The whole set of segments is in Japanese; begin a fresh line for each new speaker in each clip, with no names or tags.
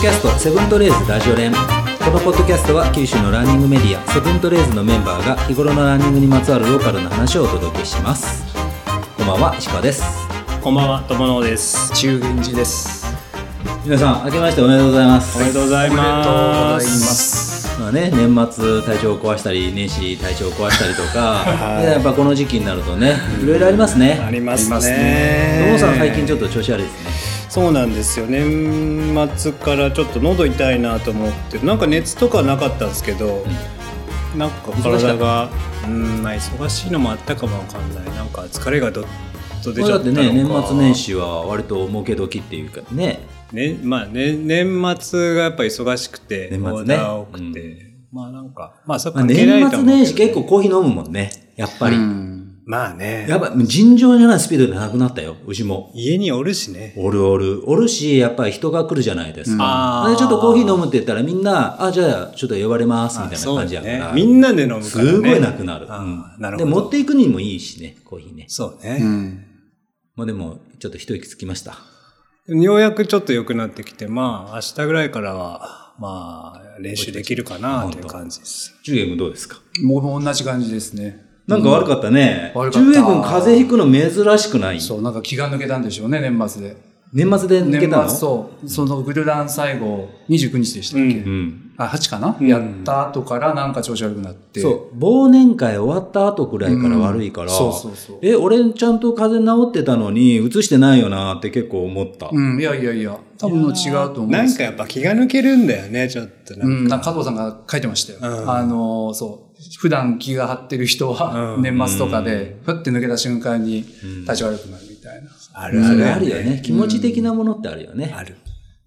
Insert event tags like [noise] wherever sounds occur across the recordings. キャスト「セブントレーズラジオ連」このポッドキャストは九州のランニングメディア「セブントレーズのメンバーが日頃のランニングにまつわるローカルな話をお届けしますこんばんは石川です
こんばんは、とものうです。
中元寺です。
皆さん明けましておめでとうございます
おめでとうござい
ありがとうご
ま。
ざいますす。
まあね、年末体調を壊したり年始体調を壊したりと [laughs] か、でやっぱこの時期になるとねいろいろありますね
あります
あります
ね。
野茂さん最近ちょ
っ
っと調子悪いですね
と。そうなんですよ。年末からちょっと喉痛いなと思って、なんか熱とかなかったんですけど。なんか体が、うん、まあ忙しいのもあったかもわかんない。なんか疲れがどっと出
こ
ち
れ
ゃ
だ
っ
ったて
のか。
ね年末年。始は割と儲け時っていうかね
ね、まあ、ね、年末がやっぱ忙しくて、
年末ね
オーダー多くて。
う
まあなんか、まあそれ
まあ
関係な
年末
いと思うけど
年始結構コーヒー飲むもんねやっぱり、
まあね。
やっぱ尋常じゃないスピードでなくなったようちも
家におるしね。
おるおるおるしやっぱり人が来るじゃないです
あ
か、
ー
でちょっとコーヒー飲むって言ったらみんなあじゃあちょっと呼ばれますみたいな感じやか
そう
ら、
ね、みんなで飲むから、ね、
すごいなくなる。
あ
う
ー
ん
なる
で、
ほど
持っていくにもいいしね、コーヒーね。
そう
う
ね、
ん。
まあでも、ちょっと一息つきました。
ようやくちょっと良くなってきてまあ明日ぐらいからはまあ練習できるかなという感じです
ジュエ君どうですか
もう同じ感じですね。
なんか悪かったね。
うん悪
ジ
か
ュ
った
エ君風邪ひくの珍しくない
そう、なんか気が抜けたんでしょうね、年末で。
年末で抜けたの
年末そう、そのグルダン最後、29日でしたっけ、
う
うん。
あ、8かな、
うん
やった後からなんか調子悪くなって。
そう。忘年会終わった後くらいから悪いから、
そうそうそう。
え、俺ちゃんと風邪治ってたのに、移してないよなって結構思った。
うん、いやいやいや、多分の違うと思うん
な
で
ん
す
かやっぱ気が抜けるんだよねちょっとな
うん
か、
ん、なんか加藤さんが書いてましたよ。
うん
あの、そう。普段気が張ってる人は
う、ん
年末とかで、ふって抜けた瞬間に体調悪くなるみたいな。
あ
それあ
あ
る
る
よね。気持ち的なものってあるよね。
ある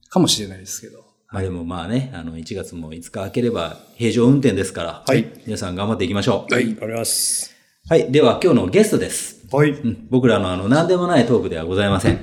かもしれないですけど。
まあでもまあね、あの、1月も5日明ければ平常運転ですから、
はい
皆さん頑張っていきましょう。
はいありがとうございます
はい。では今日のゲストです。
はい、
うん僕らのあの、何でもないトークではございませ
[laughs]
ん。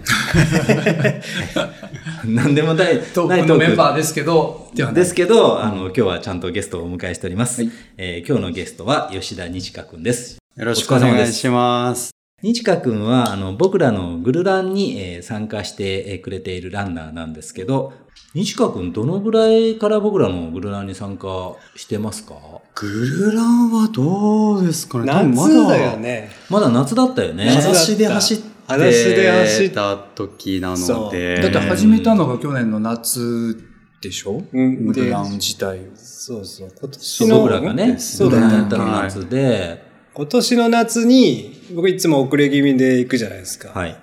[laughs] 何でもない、ない
トークのメンバーですけど、ではない
ですけど、あの、今日はちゃんとゲストをお迎えしております。
はい
えー今日のゲストは吉田日香くんです。
よろしくお願いします。
日香くんは、あの、僕らのグルランに、えー参加してえーくれているランナーなんですけど、日香くんどのぐらいから僕らのグルランに参加してますか
グルランはどうですかね
夏だよ。ね
まだ夏だったよね。
裸足で走って。
裸足で走って
た時なので。
だって始めたのが去年の夏でしょ
うん
グ
で
ルラン自体を。
そうそう今
そ
年
う
の
僕らがね、
そう
グル
だ
ラン
ね
やったのが夏で、
今年の夏に僕いつも遅れ気味で行くじゃないですか、
はい。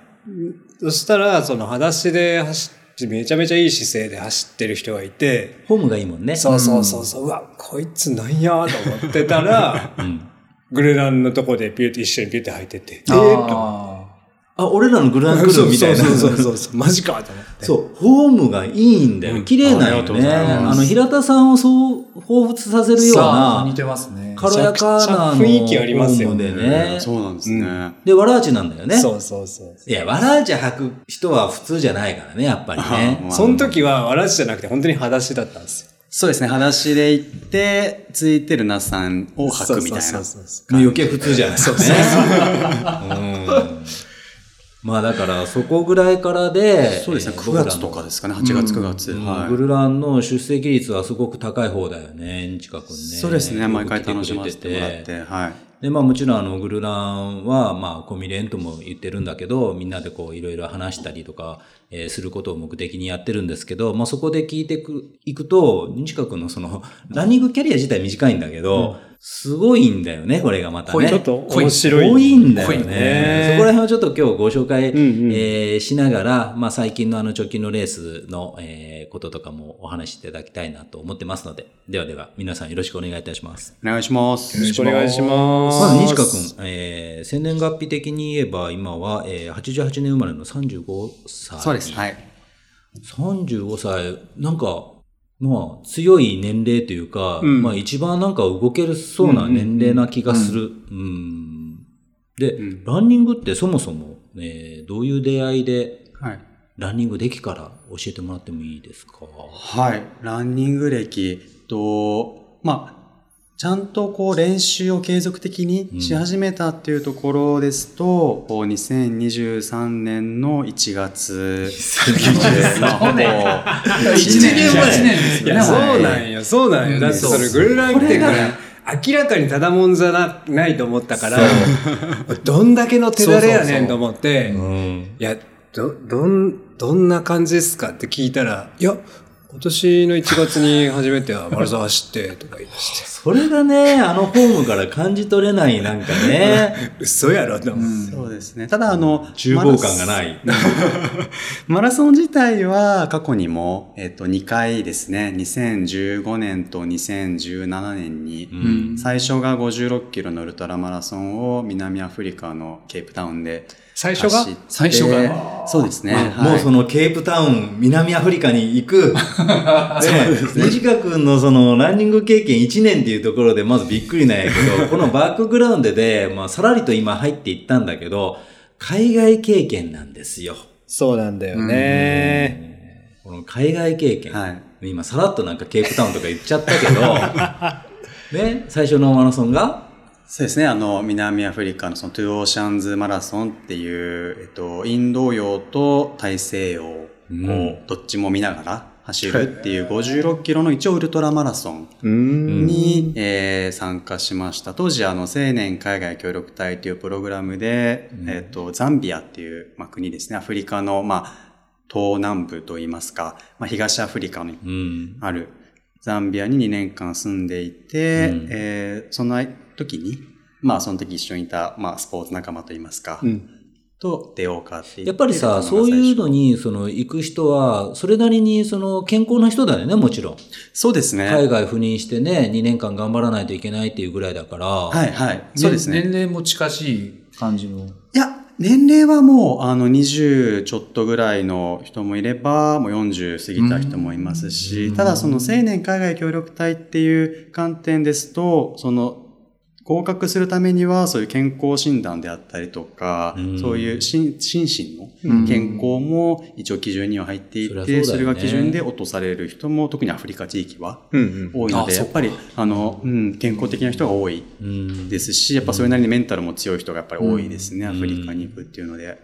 そしたら、その裸足で走って、めちゃめちゃいい姿勢で走ってる人がいて、
ホームがいいもんね。
そうそうそうそう、うわ、こいつなんやと思ってたら、
ん
グレランのとこでピューって一緒にピューって入ってて、えーと。
あ
あ、俺らのグランクルーみたいな。
そうそうそう [laughs] そう、マジかと思って。
そう、ホームがいいんだよ。綺麗なんよね。あの、平田さんをそう、彷彿させる
ー
よう
さあ、
な
似、てますね。
軽やかなあの
めちゃくちゃ雰囲気ありますよ
ホームでね。
そうなんですね。
で、わらあちなんだよね。
そうそうそう。
いや、わらあち履く人は普通じゃないからね、やっぱりね。
その時は、わらしじゃなくて、本当に裸足だったんですよ。
そうですね。裸足で行って、ついてるナスさんを履くみたい
そ
な
う。そうそうそう
余計普通じゃないですかね。うんまあだから、そこぐらいからで、
そうですね。
えー
9月とかですかね。8月、9月。は
グ
い。
ルランの出席率はすごく高い方だよね、日香くんね。
そうですね。毎回楽しませてもら
よく来
って
くれて。
はい。
で、まあもちろんあの、グルランは、まあコミレンとも言ってるんだけど、みんなでこういろいろ話したりとか、えーすることを目的にやってるんですけど、まあそこで聞いてく、いくと、日香くんのその、ランニングキャリア自体短いんだけど、すごいんだよね、これがまたね。
ちょっと面白い。
多いんだよ
濃
ね
いね
そこら辺をちょっと今日ご紹介、
んうん
えーしながら、まあ、最近のあの直近のレースの、えーこととかもお話しいただきたいなと思ってますので、ではでは皆さんよろしくお願いいたします。
お願いします。
よろしくお願いします。
まず、西川くん、えー、生年月日的に言えば今は、えー、88年生まれの35歳。
そうです。はい。
35歳、なんか、まあ、強い年齢というか、
ん
まあ、一番なんか動けるそうな年齢な気がする。うんで、ランニングってそもそも、ね、どういう出会いで
はい。
ランニングできから教えてもらってもいいですか
はい。ランニング歴と、まあ、ちゃんとこう練習を継続的にし始めたっていうところですと、こう2023年の1月。 [laughs]
そうね
一年前
1年です
い
よ
や、
ね。
そう
はい
なんよ、そうなんよ。だってそれ、グルラン来てから、明らかにただもんじゃなないと思ったから、 [laughs] どんだけの手だれやねんと思って、
うん。
いや、ど、どん、どんな感じですかって聞いたら、いや、今年の1月に初めてはマラソン走って、とか言い出して、 [laughs]
それがね、あのフォームから感じ取れない、なんかね、
嘘やろ、と思って。
そうですね。ただあの、
厨房感がない。
マラソン自体は過去にも、えっと、2回ですね。2015年と2017年に、
うん。
最初が56キロのウルトラマラソンを南アフリカのケープタウンで
最初が
走って
最初が。
そうですね。
まあもうそのケープタウン、南アフリカに行
[laughs]
く。で、西川君のそのランニング経験1年っていうところでまずびっくりなんや
[laughs]
けど、このバックグラウンドで、まあさらりと今入っていったんだけど、海外経験なんですよ。
そうなんだよね。
この海外経験。
はい
今さらっとなんかケープタウンとか言っちゃったけど、
[laughs]
ね、最初のマラソンが
そうですね。あの、南アフリカのそのトゥオーシャンズマラソンっていう、えっと、インド洋と大西洋を
ん
どっちも見ながら走るっていう56キロの一応ウルトラマラソン
うーん。
に、えー参加しました。当時、あの、青年海外協力隊というプログラムで、えっと、ザンビアっていう、まあ、国ですね。アフリカの、まあ、東南部といいますか、まあ、東アフリカの
うん。
あるザンビアに2年間住んでいて、
うん
えーその時に、まあその時一緒にいた、まあスポーツ仲間といいますか、
うん。
と出ようかって言て
やっぱりさ、
その
そう
最初
いうのに、その、行く人は、それなりに、その、健康な人だよね、もちろん。
そうですね。
海外赴任してね、2年間頑張らないといけないっていうぐらいだから、
はいはい。そうですね。
年齢も近しい感じの。
いや、年齢はもう、あの、20ちょっとぐらいの人もいれば、もう40過ぎた人もいますし、ただその青年海外協力隊っていう観点ですと、その、合格するためには、そういう健康診断であったりとか、
うん
そういう心心身の健康も一応基準には入っていて、
うん
そ
そり
れ
ゃそうだよね
が基準で落とされる人も、特にアフリカ地域は
うんうん。
多いの
あ
で、
そ
や
っ
っぱり、あの、うん、健康的な人が多い
うん
ですし、やっぱそれなりにメンタルも強い人がやっぱり多いですね、アフリカに行くっていうので。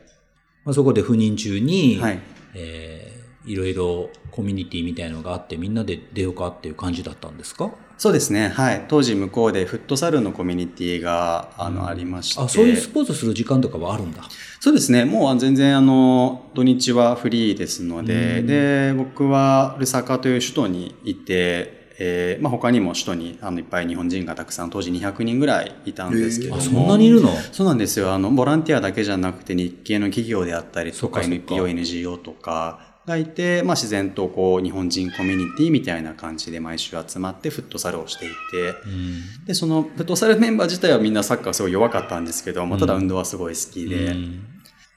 まあ、そこで赴任中に、
はいい。
えーいろいろコミュニティみたいのがあって、みんなで出ようかっていう感じだったんですか
そうですね、はい。当時向こうでフットサルのコミュニティが、あの、ありまして。
あ、そういうスポーツする時間とかはあるんだ。
そうですね、もう全然あの、土日はフリーですので、で、僕はルサカという首都にいて、えーまあ、他にも首都にあのいっぱい日本人がたくさん当時200人ぐらいいたんですけれど
あ、
も、
そんなにいるの
そうなんですよ。あの、ボランティアだけじゃなくて日系の企業であったり
そ
と
っか
か
そっか
NPO、NGO とかがいて、まあ自然とこう日本人コミュニティみたいな感じで毎週集まってフットサルをしていて、
うん。
で、そのフットサルメンバー自体はみんなサッカーすごい弱かったんですけど、まあただ運動はすごい好きで。
うん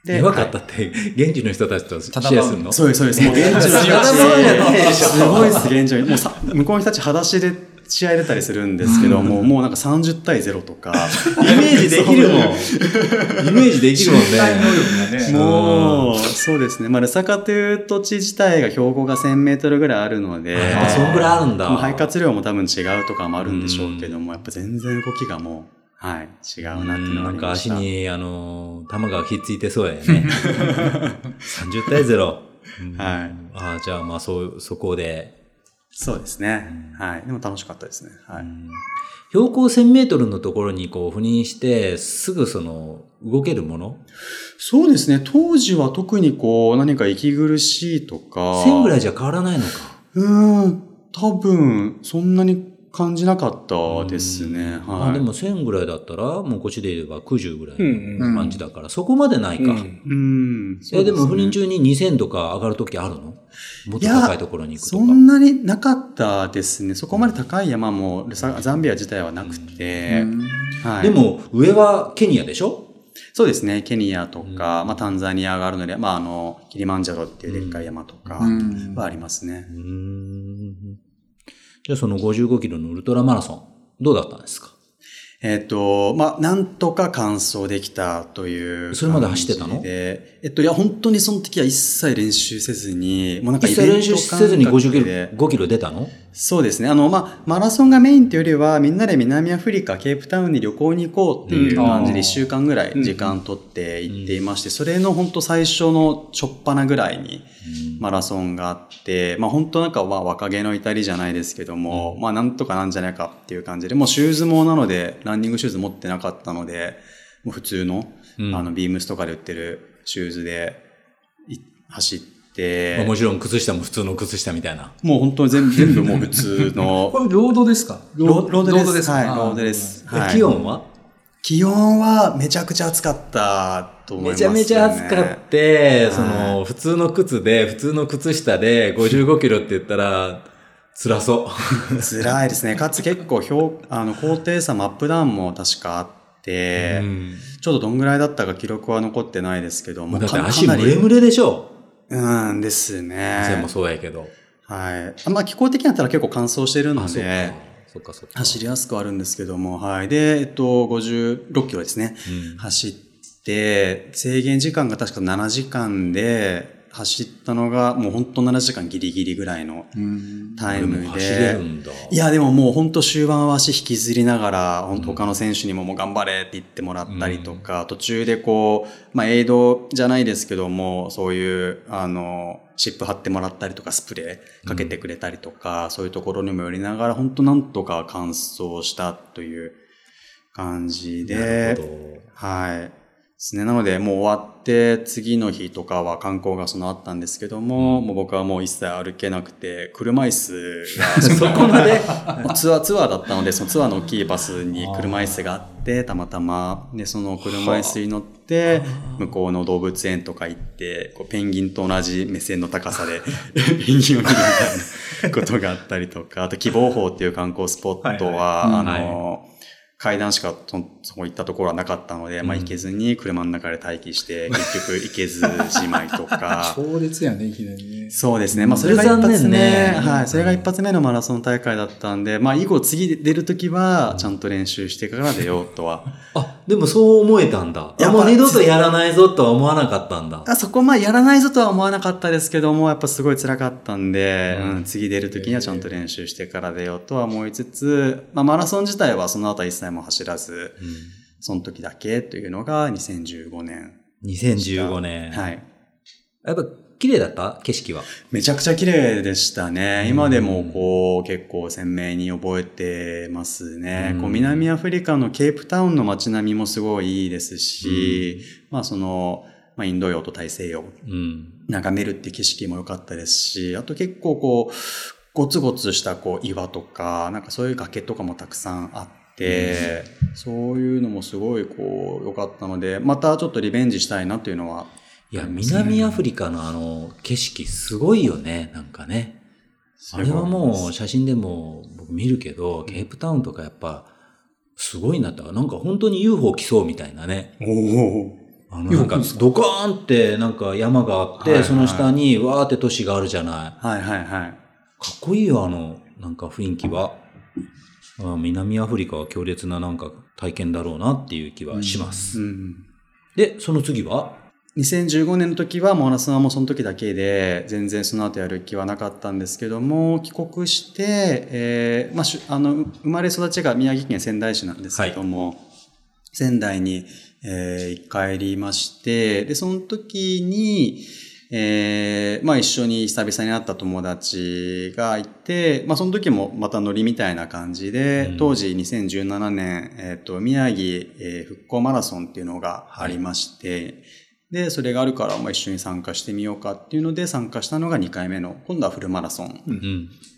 で
弱かったって、現地の人たちとシェアするの
そうです、そうです。もう現地の人たち
ただもんじゃないでしょ
すごいです、現地のもうさ向こうの人たち裸足で試合出たりするんですけど、もうもうなんか30対0とか。
[laughs] イメージできるもん。 [laughs] イメージでき [laughs] るもんね。
もう、そうですね。まあ、ルサカという土地自体が標高が1000メートルぐらいあるので、
あ、そんぐらいあるんだ。
まあ肺活量も多分違うとかもあるんでしょうけども、やっぱ全然動きがもう、はい、違うなっていうのが
な
あ
ん
り
か
ま
足
した。
に、あのー、球がひっついてそうやね。30対0。うん
はい。
ああ、じゃあまあ、そう、そこで。
そうですね。はい。でも楽しかったですね。はい。
標高1000メートルのところにこう赴任して、すぐその、動けるもの
そうですね。当時は特にこう、何か息苦しいとか。
?1000 ぐらいじゃ変わらないのか。
うーん、多分、そんなに感じなかったですね。はい。
あでも1000ぐらいだったら、もうこっちで言えば90ぐらい
うん
の感じだから、そこまでないか。
うん
うん。そ
え、
う
です
ね
も、不倫中に2000とか上がるときあるのもっと
いや
高いところに行くと
そ
か。
んなになかったですね。そこまで高い山もルサザンビア自体はなくて、はい、
で、も、上はケニアでしょ
そうですね、ケニアとか、まあ、タンザニアがあるので、まあ、あの、キリマンジャロっていうでっかい山とか
うん
はありますね。
うーんじゃあその55キロのウルトラマラソン、どうだったんですか
えっ、と、まあ、なんとか完走できたという。
それまで走ってたの
で、えっと、いや、本当にその時は一切練習せずに、もうなんか
一切練習せずに
イベント
50
感
キ
覚
ロ、
で
5キロ出たの
そうですね。あの、まあ、マラソンがメインというよりは、みんなで南アフリカ、ケープタウンに旅行に行こうっていう感じで、1週間ぐらい時間取って行っていまして、それの本当最初のちょっぱなぐらいにマラソンがあって、まあ、本当なんかは若気の至りじゃないですけども、まあ、なんとかなんじゃないかっていう感じで、もうシューズもなので、ランニングシューズ持ってなかったので、もう普通の、あの、ビームスとかで売ってるシューズで走って、
っもちろん靴下も普通の靴下みたいな。
もう本当に全部、全部もう普通の。
これロードですか
ロードです。ロードです。
はい、
ロードです。
はい、気温は
気温はめちゃくちゃ暑かったと思います、。
ね、めちゃめちゃ暑かって、はい、その、普通の靴で、普通の靴下で55キロって言ったら、辛そう
辛いですね。かつ結構表、あの、高低差もアップダウンも確かあって、で、うん、ちょっとどんぐらいだったか記録は残ってないですけど
も。だって足ムレムレでしょ
うんですね。
全部そうやけど。
はい。まあ気候的になったら結構乾燥してるので、走りやすくはあるんですけども、はい。で、えっと、56キロですね。うん、走って、制限時間が確か7時間で、走ったのが、もう本当7時間ギリギリぐらいのタイムで。いや、でももう本当終盤は足引きずりながら、本当他の選手にももう頑張れって言ってもらったりとか、途中でこう、まあ、エイドじゃないですけども、そういう、あの、シップ貼ってもらったりとか、スプレーかけてくれたりとか、そういうところにもよりながら、本当なんとか完走したという感じで、はい。ですね。なので、もう終わって、次の日とかは観光がそのあったんですけども、うん、もう僕はもう一切歩けなくて、車椅子が、 [laughs] そこまで、ツアー、ツアーだったので、そのツアーの大きいバスに車椅子があって、たまたま、で、その車椅子に乗って、向こうの動物園とか行って、こうペンギンと同じ目線の高さで、 [laughs] ペンギンを見るみたいなことがあったりとか、あと、希望峰っていう観光スポットは、あの、階段しかそそこ行ったところはなかったので、うん、まあ行けずに車の中で待機して、 [laughs] 結局行けずじまいと [laughs] か。
強烈やね、いきなりね。
そうですね。まあそれが一発目、ね、はい、それが一発目のマラソン大会だったんで、まあ以後次出るときは、ちゃんと練習してから出ようと [laughs] は。
あ、でもそう思えたんだ。いや、もう二度とやらないぞとは思わなかったんだ。
あそこまあやらないぞとは思わなかったですけども、やっぱすごい辛かったんで、うん、うん、次出るときにはちゃんと練習してから出ようとは思いつつ、まあマラソン自体はその後一切も走らず、うん、その時だけというのが2015年。
2015年。
はい。
やっぱ綺麗だった景色は。
めちゃくちゃ綺麗でしたね。今でもこう結構鮮明に覚えてますね。うん、こう南アフリカのケープタウンの街並みもすごいいいですし、うん、まあその、まあ、インド洋と大西洋、眺めるって景色も良かったですし、あと結構こう、ゴツゴツしたこう岩とか、なんかそういう崖とかもたくさんあって、で、そういうのもすごいこう良かったので、またちょっとリベンジしたいなというのは、ね。
いや、南アフリカのあの景色すごいよね、なんかね。あれはもう写真でも僕見るけど、ケープタウンとかやっぱすごいなったなんか本当に UFO 来そうみたいなね。
お。
お。あのなんかドカーンってなんか山があって、はいはい、その下にわーって都市があるじゃない
はいはいはい。か
っこいいよ、あの、なんか雰囲気は。あ南アフリカは強烈ななんか体験だろうなっていう気はします。うんうん、で、その次は
2015年の時はマラソンはもうその時だけで全然その後やる気はなかったんですけども帰国して、えーまあ、あの生まれ育ちが宮城県仙台市なんですけども、はい、仙台に、えー、帰りましてでその時に、えー、まあ一緒に久々に会った友達がいて、まあその時もまたノリみたいな感じで、うん、当時2017年、えっ、ー、と、宮城、えー、復興マラソンっていうのがありまして、はい、で、それがあるから、まあ一緒に参加してみようかっていうので参加したのが2回目の、今度はフルマラソン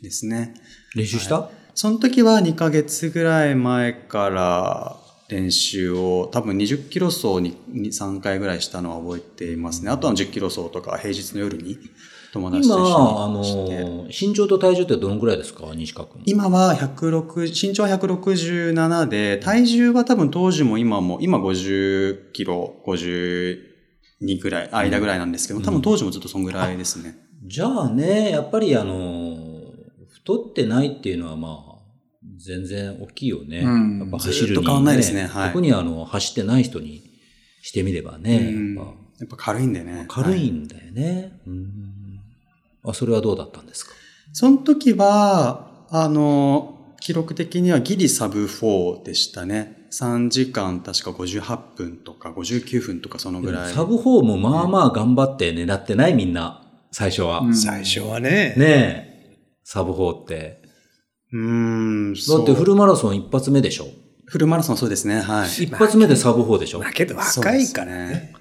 ですね。
うん、練習した、はい、
その時は2ヶ月ぐらい前から、練習を多分20キロ走に3回ぐらいしたのは覚えていますね。あとは10キロ走とか平日の夜に友達と一
緒に今、あの、身長と体重ってどのぐらいですか西川君。
今は160、身長は167で、体重は多分当時も今も、今50キロ、52ぐらい、間ぐらいなんですけど、うん、多分当時もずっとそんぐらいですね。
うん、じゃあね、やっぱりあの、太ってないっていうのはまあ、全然大きいよね。うん、やっぱ走るに、ね、、
変わんないですね。はい
特にあの走ってない人にしてみればね。
うん、やっぱやっぱ軽いんでね。
軽いんだよね、はい、あ、それはどうだったんですか
その時は、あの、記録的にはギリサブ4でしたね。3時間確か58分とか59分とかそのぐらい。
サブ4もまあまあ頑張って狙ってないみんな、最初は。
うん
最初は
ね
ね。
え、サブ4って。
うーん、
だ
そ
っ
う
てフルマラソン一発目でしょ
フルマラソンそうですね、はい。
一発目でサブ4でしょ
だけど若いからね。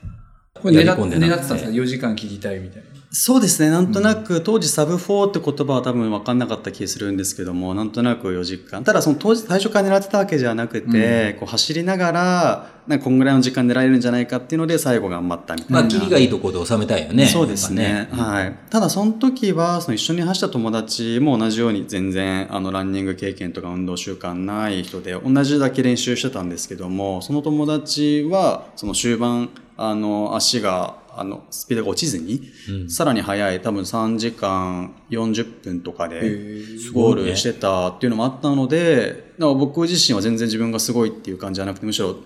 これ狙
や
っ
り込んでなくて
狙ってたんですか ?4 時間切りたいみたいな。
そうですね、なんとなく、当時サブ4って言葉は多分分かんなかった気がするんですけども、なんとなく4時間。ただその当時最初から狙ってたわけじゃなくて、こう走りながら、なんかこんぐらいの時間狙えるんじゃないかっていうので最後頑張ったみたい
ま
な。
あ、キリがいいところで収めたいよね。
そうです
やっ
ね。
ぱ
はい。ただその時は、その一緒に走った友達も同じように全然、あの、ランニング経験とか運動習慣ない人で、同じだけ練習してたんですけども、その友達は、その終盤、あの、足が、あの、スピードが落ちずに、
うん
さらに早い、多分3時間40分とかで、
す
ゴ
ごい
ー
ね
ルしてたっていうのもあったので、だから僕自身は全然自分がすごいっていう感じじゃなくて、むしろ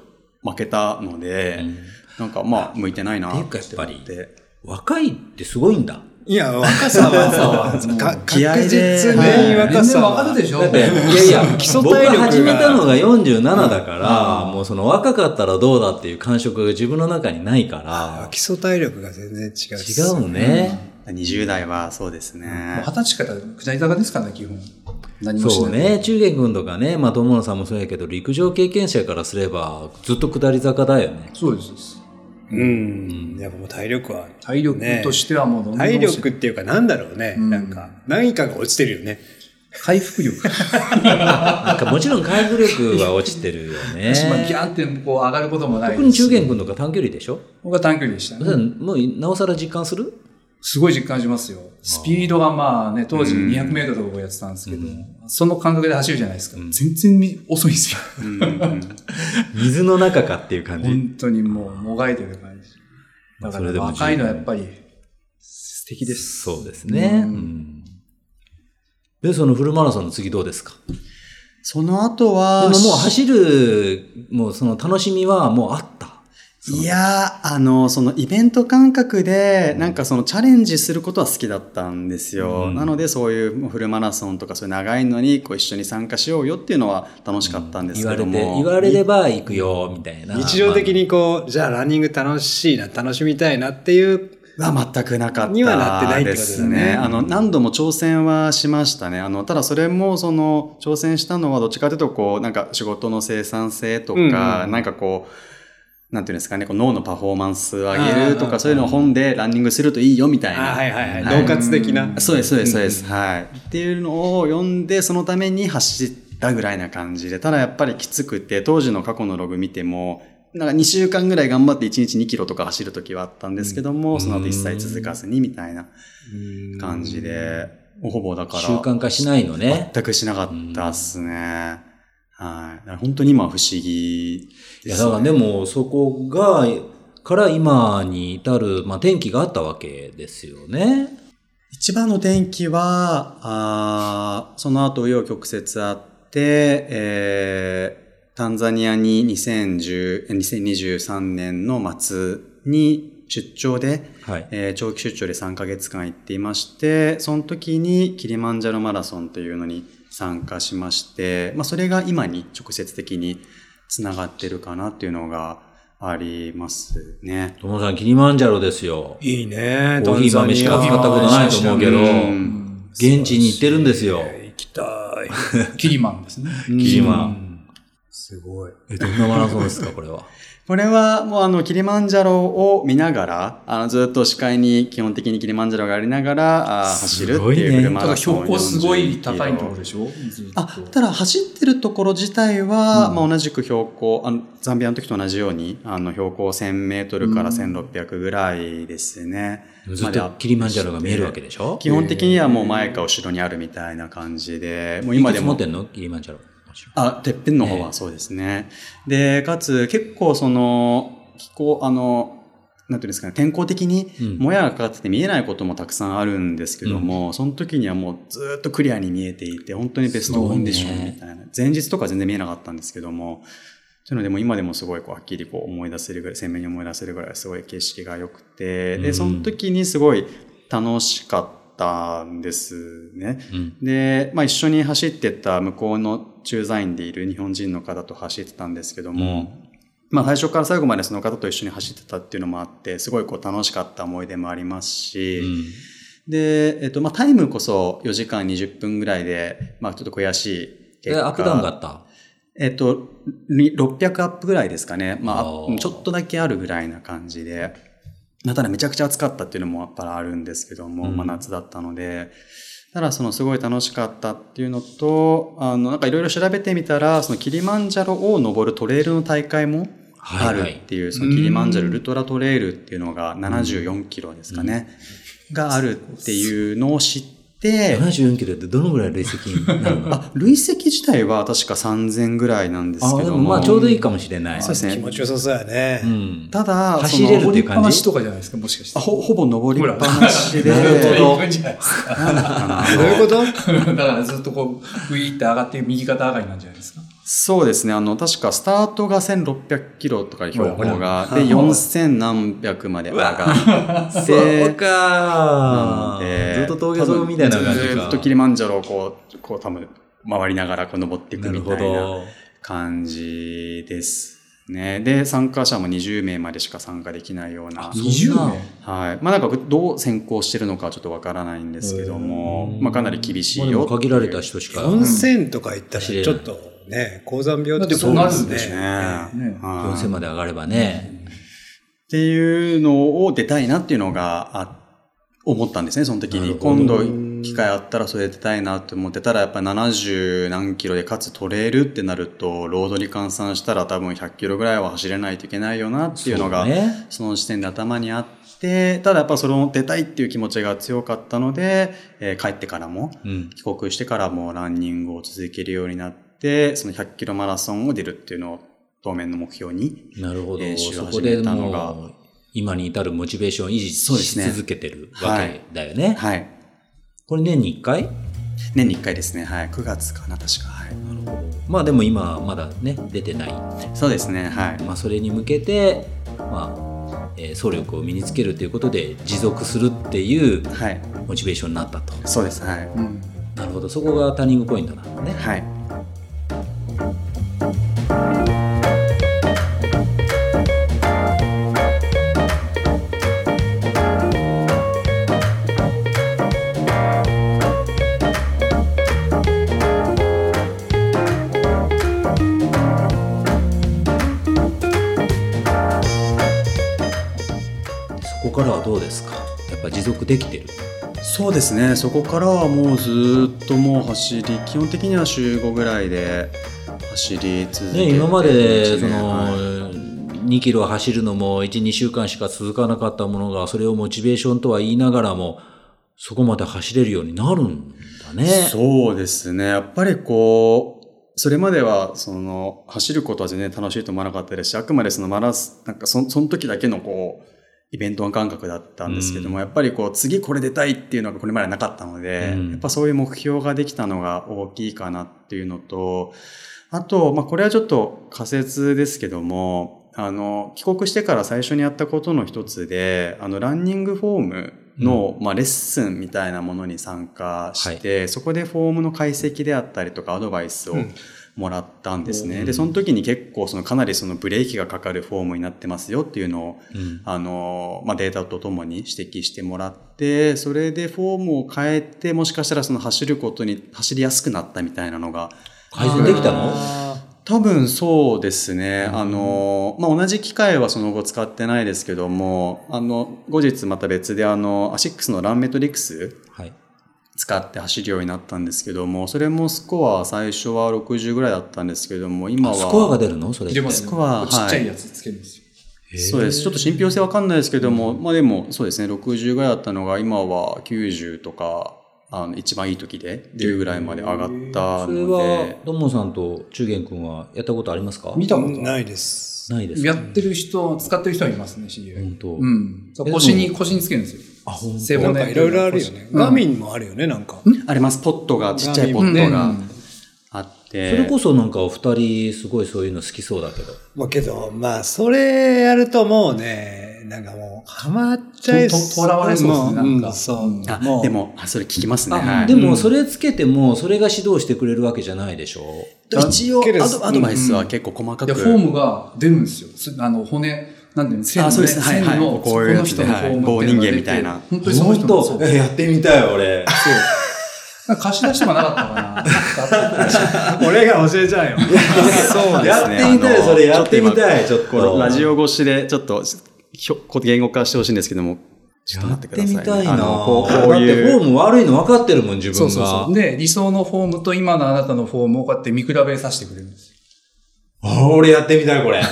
負けたので、
うん
なんかまあ、向いてないな
っていうかやっぱり
思て
若いってすごいんだ。
いや、若さは、か
気合
確
いで
実
は
に
い
若
全然
さ
わか
は
る。でしょ
だって、いやい
[laughs]
や、
基礎
僕
体力が
始めたのが47だから、もうその若かったらどうだっていう感触が自分の中にないから、
基礎体力が全然違うっす。
違うね。
20代はそうですね
もう。二十歳から下り坂ですからね、基本。何もし
そ
な
う
い。
ね。中堅君とかね、まあ、友野さんもそうやけど、陸上経験者からすれば、ずっと下り坂だよ
[laughs]
ね。
そうです。
うん。やっぱもう体力は。
体力としてはもうどんどん
体力っていうかなんだろうね。
ん
なんか、何かが落ちてるよね。
回復力。
なんかもちろん回復力は落ちてるよね。
私もギャンってこう上がることもないです
特に中堅君とか短距離でしょ、
僕は短距離でしたね。
もうなおさら実感する
すごい実感しますよ。スピードがまあね、当時200メートルとかやってたんですけど、その感覚で走るじゃないですか。全然み遅いんですよ。
うんうんうん
水の中かっていう感じ。
本当にもう、もがいてる感じ。だか
それ
ら
でも十分
若いのはやっぱり素敵です。
そうですね。
うん
うんで、そのフルマラソンの次どうですか
その後
で
は、
ももう走る、もうその楽しみはもうあった。
いやー、あの、そのイベント感覚で、なんかそのチャレンジすることは好きだったんですよ。
うん
なので、そういうフルマラソンとか、そういう長いのに、こう一緒に参加しようよっていうのは楽しかったんです
言
け
われ
ど
て、
も。
言われれば行くよ、みたいな。
日常的にこう、じゃあランニング楽しいな、楽しみたいなっていう、
は全くなかった
にはなってないってこと
で
だね
すね。あの、何度も挑戦はしましたね。あの、ただそれも、その、挑戦したのはどっちかというと、こう、なんか仕事の生産性と
うんうん
か、なんかこう、なんていうんですかね、こう脳のパフォーマンスを上げると
あー
か、そういうのを本でランニングするといいよみたいな。
あはいはい
は
はいい、同活的な。
そうです、そうです、そうです。はい。っていうのを読んで、そのために走ったぐらいな感じで、ただやっぱりきつくて、当時の過去のログ見ても、なんか2週間ぐらい頑張って1日2キロとか走る時はあったんですけども、その後一切続かずにみたいな感じで、ほぼだから。
習慣化しないのね。
全くしなかったっすね。はい。だから本当に今は不思議
い
で
や、
す
だからでもそこが、から今に至る、まあ、天気があったわけですよね。
一番の天気は、あーその後、紆余曲折あって、えータンザニアに2010 2023年の末に出張で、
はい。
えー長期出張で3ヶ月間行っていまして、その時にキリマンジャロマラソンというのに参加しまして、まあ、それが今に直接的につながってるかなっていうのがありますね。
友さん、キリマンジャロですよ。
いいね、
コーヒー豆しか使ったことないと思うけど、
うん
現地に行ってるんですよ。
行きた
[laughs]
い。
キリマンですね。
キリマン。
すごい。
え、どんなマラソンですか、これは。 [laughs]
これはもうあのキリマンジャロを見ながら、あのずっと視界に基本的にキリマンジャロがありながらあー走るって
すごい
いう
ね
フルマ
ただ
ラソン
標高すごい
40
高いところでしょずっと
あ、ただ走ってるところ自体は、まあ同じく標高、あのザンビアの時と同じように、あの標高1000メートルから1600ぐらいですね。
ずっ
まで
とキリマンジャロが見えるわけ
で。
でしょ
基本的にはもう前か後ろにあるみたいな感じで、もう今
今
で
でも。
も
持ってんのキリマンジャロ。もちろん
あ、てっぺんの方
ええ
はそうですね。で、かつ結構その気候、あの、なんていうんですかね、天候的に
うん
もやがかかってて見えないこともたくさんあるんですけども、その時にはもうずっとクリアに見えていて、本当にベストコンディションみたいな。前日とか全然見えなかったんですけども、というので、もう今でもすごいこうはっきりこう思い出せるぐらい、鮮明に思い出せるぐらいすごい景色が良くて、
う
で、
ん
その時にすごい楽しかった。ったんですね。
うん。
で、まあ、一緒に走ってった向こうの駐在員でいる日本人の方と走ってたんですけども、まあ、最初から最後までその方と一緒に走ってたっていうのもあって、すごいこう楽しかった思い出もありますし、で、えっと、まあ、タイムこそ4時間20分ぐらいで、まあ、ちょっと悔しい
え、
結果。
アップダウンがあった
えっと、に600アップぐらいですかね。まあ、
あー
ちょっとだけあるぐらいな感じで。まあただめちゃくちゃ暑かったっていうのもやっぱあるんですけども、
うん
まあ夏だったので、ただそのすごい楽しかったっていうのと、あの、なんかいろいろ調べてみたら、そのキリマンジャロを登るトレイルの大会もあるっていう、そのキリマンジャロウルトラトレイルっていうのが74キロですかね、があるっていうのを知って、
74キロってどのぐらい累積になるの
あ、累積自体は確か3000ぐらいなんです
[laughs] あ、
け
で
ど
も
も。
まあちょうどいいかもしれない。
そうです
気持
ね。
ちよさそうやね。
うん。
ただ、
走れる
そ
っ
の
てい
登
う
りっ
感
ぱ
じ
なしとかじゃないですか、もしかして。
あほほぼ登りっぱなしで、
ほら [laughs]
え
ほ
っと
行くんじゃないですか。
どういうこと
だからずっとこう、ウィーって上がって右肩上がりなんじゃないですか。
そうですね、あの、確かスタートが1600キロとかで標高
ほ
が、で、4000何百まで上がっ
[laughs] そう
て、
か
なの
ー
で
ずっと峠沿いみたいな感じ
ず
か。
っとキリマンジャロをこう、こう多分回りながらこう登ってい
な
く
る
み
ほ
たいな
ど。
感じですね。で、参加者も20名までしか参加できないような。
そんな
20名。
はい。まあなんかどう先行してるのかちょっとわからないんですけども
う、ん
まあかなり厳しい
まあで
よ
も限られ
ってい
た
う
人しか。
4000とか行ったら
走れる
ちょっとね、高山病
だって
そう
なるんで
ですね。
ね
はい
4000まで上がればね。
っていうのを出たいなっていうのがあ思ったんですね、その時
なるほ
に。
ど
今度機会あったらそれ出たいなって思ってたら、やっぱり70何キロで、かつトレイルってなると、ロードに換算したら多分100キロぐらいは走れないといけないよなっていうのが、
そうね
その時点で頭にあって、ただやっぱその出たいっていう気持ちが強かったので、えー帰ってからも、
うん。
帰国してからもランニングを続けるようになって、その100キロマラソンを出るっていうのを当面の目標に。
なるほど。
練習
そ
を
こ
始
で
めたのが
もう、今に至るモチベーションを維持
そうです
し
ね
続けてるわけだよね。
はい。
これ年に1回
年に1回ですね。はい。9月かな、確か。はい。
まあでも今まだね、出てない。
そうですね。はい。
まあそれに向けて、まあ、えー総力を身につけるということで持続するっていう
はい。
モチベーションになったと。
そうです。はい。
うん。
なるほど。そこがターニングポイントなんだね。
はい。
そこからはどうですかやっぱ持続できてる。
そうですね。そこからはもうずーっともう走り、基本的には週5ぐらいで走り続けて、
ね、今までその、
はい
2キロ走るのも12週間しか続かなかったものがそれをモチベーションとは言いながらもそこまで走れるようになるんだね。
そうですね。やっぱりこう、それまでは、その、走ることは全然楽しいと思わなかったですし、あくまでそのマラス、なんかそその時だけのこう、イベント感覚だったんですけども、やっぱりこう、次これ出たいっていうのがこれまでなかったので、
うん
やっぱそういう目標ができたのが大きいかなっていうのと、あと、まあ、これはちょっと仮説ですけども、あの、帰国してから最初にやったことの一つで、あの、ランニングフォームの、まあ、レッスンみたいなものに参加して、そこでフォームの解析であったりとかアドバイスを
うん
もらったんですね。
うん
で、その時に結構、その、かなりそのブレーキがかかるフォームになってますよっていうのを、
うん
あの、まあ、データとともに指摘してもらって、それでフォームを変えて、もしかしたらその走ることに、走りやすくなったみたいなのが、
改善できたの
多分そうですね。あの、まあ、同じ機械はその後使ってないですけども、あの、後日また別であの、アシックスのランメトリックス
はい。
使って走るようになったんですけども、それもスコア最初は60ぐらいだったんですけども、今は。
スコアが出るのそれって。
出ます
スコア
ねちっちゃいやつつけるんですよ。
そうです。ちょっと信憑性わかんないですけども、まあでもそうですね、60ぐらいだったのが今は90とか、あの、一番いい時で、っていうぐらいまで上がった
それ
の
は
で、、
どんもんさんと中元くんはやったことありますか
見たこと
ないです。
ないです
や
か
ってる人、使ってる人はいますね、知り合い。
本当
うん。そう
え
腰に、腰につけるんですよ。
あ、ほん
背
な
骨
んかいろいろあるよね。
うん
ガミンもあるよね、なんか。
あります。ポットが、ちっちゃいポットがあって。
それこそなんかお二人すごいそういうの好きそうだけど。
まあけど、まあそれやるともうね、なんかもう、ハマっちゃい
とととらわれそうですねなんか
んそう
うん
も
あ
う
でもあそれ聞きますね、
あ
はい
でも、それつけても、それが指導してくれるわけじゃないでしょ
一応
だけど
アドアドバイス
う
は
ん
結構細か
い
く、
や、フォームが出るんですよ。すあの、骨、なんていうの、線の、
あ
ね、
そうですはい
線
はい
の、
こういうやつで
この人のフォーム
はい
っていうのが出て
棒人間みたいな
本当にその人のそう。
やってみたい、俺。
なんか貸し出しとかなかったかななんかあ
[laughs]
っ
俺が教えちゃうよ。
そう
やってみたい、それやってみたい、ちょっ
この
と。
ラジオ越しで、ちょっと、ひょこ言語化してほしいんですけども、ちょっと
や
待
っ
ってく
て
ださい、
みた
ね。
いな
あのこう
だ
こう
っ
い
てフォ
う。
ーム悪いの分かってるもん、自
たそ
分
うそうそ
が
う。。で、理想のフォームと今のあなたのフォームをこうやって見比べさせてくれるんです
あ俺やってみたい、これ。
よ。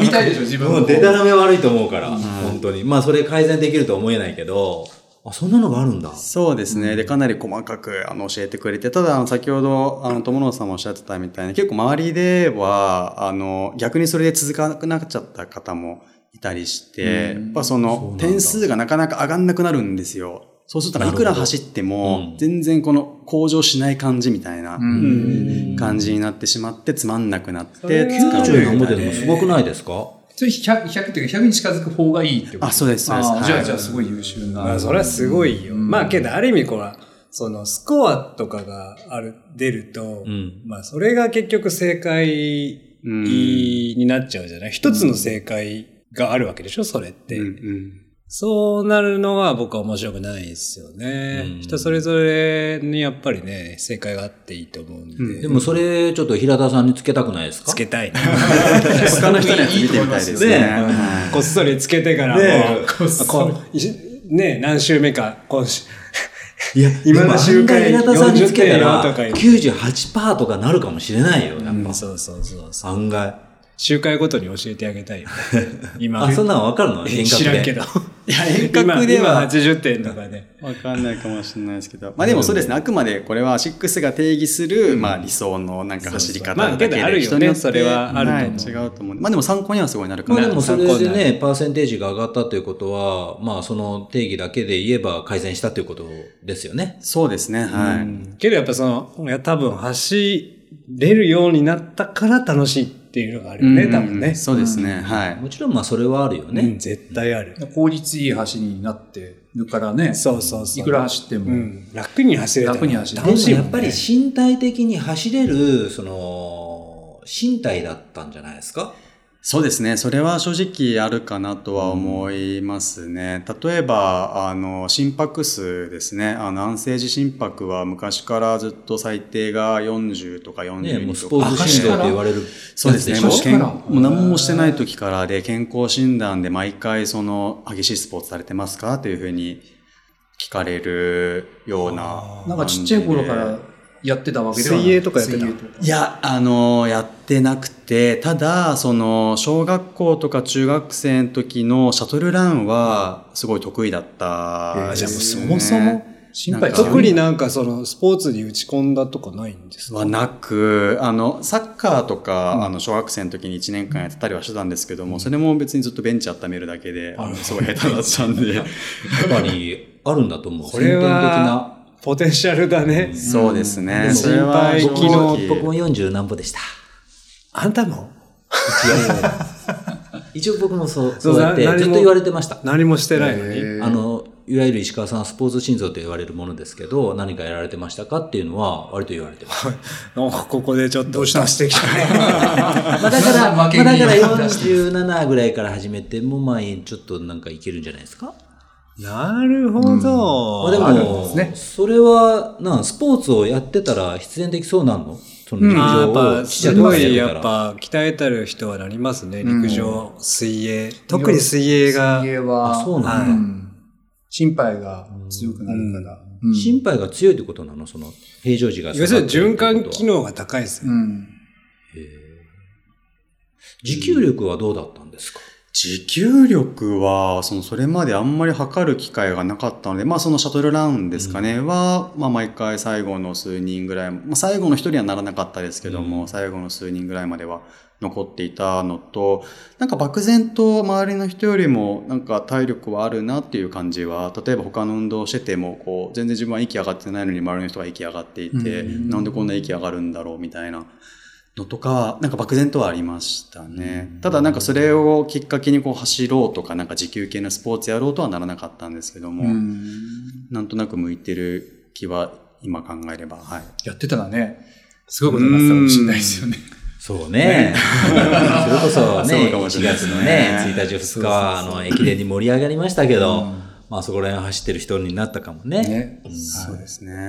見たいでしょ、自分のフォー
も
ム。
うでたらめ悪いと思うから、本当に。まあ、それ改善できるとは思えないけど、あ、そんなのがあるんだ。
そうですね。で、かなり細かくあの教えてくれて、ただ、あの先ほど、あの、友野さんもおっしゃってたみたいに、結構周りでは、あの、逆にそれで続かなくなっちゃった方もいたりして、
うん
やっぱそ
そうな
の
ん、だ
点数がなかなか上がんなくなるんですよ。そうすると、なんかいくら走って
なるほどう
も
ん、
全然この向上しない感じみたいな
うん
感じになってしまって、つまんなくなって、
それは
疲れ
90
る
何本でもすごくないですか
それ 100, 100っていうか100に近づく方がいいってこと
あそうですそうです
あー
はい
じゃあ、じゃあすごい優秀な。
[laughs] まあ、それはすごいよ。
うん
まあ、けど、ある意味、こら、その、スコアとかがある、出ると、
うん
まあ、それが結局正解
うん
になっちゃうじゃない、一つの正解があるわけでしょそれって。
うんうん
そうなるのは僕は面白くないですよね。
うん
人それぞれにやっぱりね、正解があっていいと思うんで。
うん
でもそれ、ちょっと平田さんにつけたくないですか
つけたいな。
他の人のやつ見てみたいですね。
ね
こっそりつけてから
ね
もう、こっそりいね何週目か、今 [laughs] 週。
いや、
今の集会
平田さんにつけた
40.4と
ら、
か言って
98%とかなるかもしれないよ、やっぱ。
そうそうそうそう。
案外。
集会ごとに教えてあげたいよ。今。
あ、そんなの分かるの遠隔
[laughs] 知らんけ
で。
ど。
いや、遠隔で
[laughs] 今今
は。
80点とかね。
わかんないかもしれないですけど。まあでもそうですね。あくまでこれは6が定義する、まあ理想のなんか走り方だけ
そうそうまあけどあ
で、
るよね
人によって
それはあると思う
い違うと思う。まあでも参考にはすごいなるか
まあ
な
でもそれ
参
で
考にな
ね、パーセンテージが上がったということは、まあその定義だけで言えば改善したということですよね。
そうですね。は
う
い。
んけどやっぱその、いや多分走れるようになったから楽しいっていうのがあるよね、
うん
多分ね。
そうですね。はい。
もちろんまあそれはあるよ
うん
ね。
絶対ある。
効率いい橋になってるからね。
そうそうそう
いくら走っても。
うん楽に走れたら
楽に走れる
楽しい
でも
もん
やっぱり
ね
身体的に走れる、その、身体だったんじゃないですか
そうですね。それは正直あるかなとは思いますね。例えば、あの、心拍数ですね。あの、安静時心拍は昔からずっと最低が40とか
ね、も
42
うス
と
ポ
か。
ーツ指導って言われるやつしょ。
そうですね。もう
昔
健
から
もう何もしてない時からで、健康診断で毎回その、激しいスポーツされてますかというふうに聞かれるような。
なんかちっちゃい頃からやってたわけではない。
水泳とかやってた
水泳とか
いや、あの、やってなくて、ただ、その、小学校とか中学生の時のシャトルランは、すごい得意だった、
あじゃあもう
です
そ
ね
もそも、
心配
なんか
特になんかそのスポーツに打ち込んだとかないんですか
はなく、あの、サッカーとか、あの、小学生の時に1年間やってたりはしてたんですけども、それも別にずっとベンチ温めるだけで、あのすごい下手だった
[laughs]
んで。
やっぱりあるんだと思う。
これ
先
はポテンシャルだね。
そうですね。
うん
それは
心
天的
配
な。
昨
僕も僕も40何歩でした。
あんたも
一応僕もそう、そ
そ
ううやって、
な何も
ずっと言われてました。
何もしてないのに。
あの、いわゆる石川さんはスポーツ心臓と言われるものですけど、何かやられてましたかっていうのは、割と言われて
[laughs]
ます。
なんかここでちょっとどうしたしてきたね。
まあだから、まあ
負け
だ
に
から47ぐらいから始めても、まあ、ちょっとなんかいけるんじゃないですか
[laughs] なるほど。
まあで
あるん
も
です、ね
それは、なん、スポーツをやってたら必然的そうなんのその陸
あー
上
やっ
をちっ
ぱ
ちゃ
す
い時
ご
から
い
やって
やった
ら。
ぱ鍛えたる人はなりますね
うん
陸上、水泳特に水泳が
水泳は、
あそうなんだ
ん心配が強くなるから。うん
心配が強いってことなのその、平常時が下
要
がっ
す
て
る
る
に
ってことは。
循環機能が高いですよ、
うん。
持久力はどうだったんですか
持久力は、その、それまであんまり測る機会がなかったので、まあ、そのシャトルランですかね、は、まあ、毎回最後の数人ぐらい、まあ、最後の一人にはならなかったですけども、
うん
最後の数人ぐらいまでは残っていたのと、なんか漠然と周りの人よりも、なんか体力はあるなっていう感じは、例えば他の運動をしてても、こう、全然自分は息上がってないのに周りの人が息上がっていて、
うん
なんでこんな息上がるんだろうみたいな。のとか、なんか漠然とはありましたね。ただなんかそれをきっかけにこう走ろうとか、なんか持久系のスポーツやろうとはならなかったんですけども、なんとなく向いてる気は今考えれば、はい。
やってたらね、すごいことになってたかもしれないですよね。
そうね。それこそ
そう
ね、
かもし
1
れないで
月
す
の
ね
ね、1日2日は、あの、駅伝に盛り上がりましたけ
う
ど
ん、
まあそこら辺走ってる人になったかもね。
ね
そうですね。はい。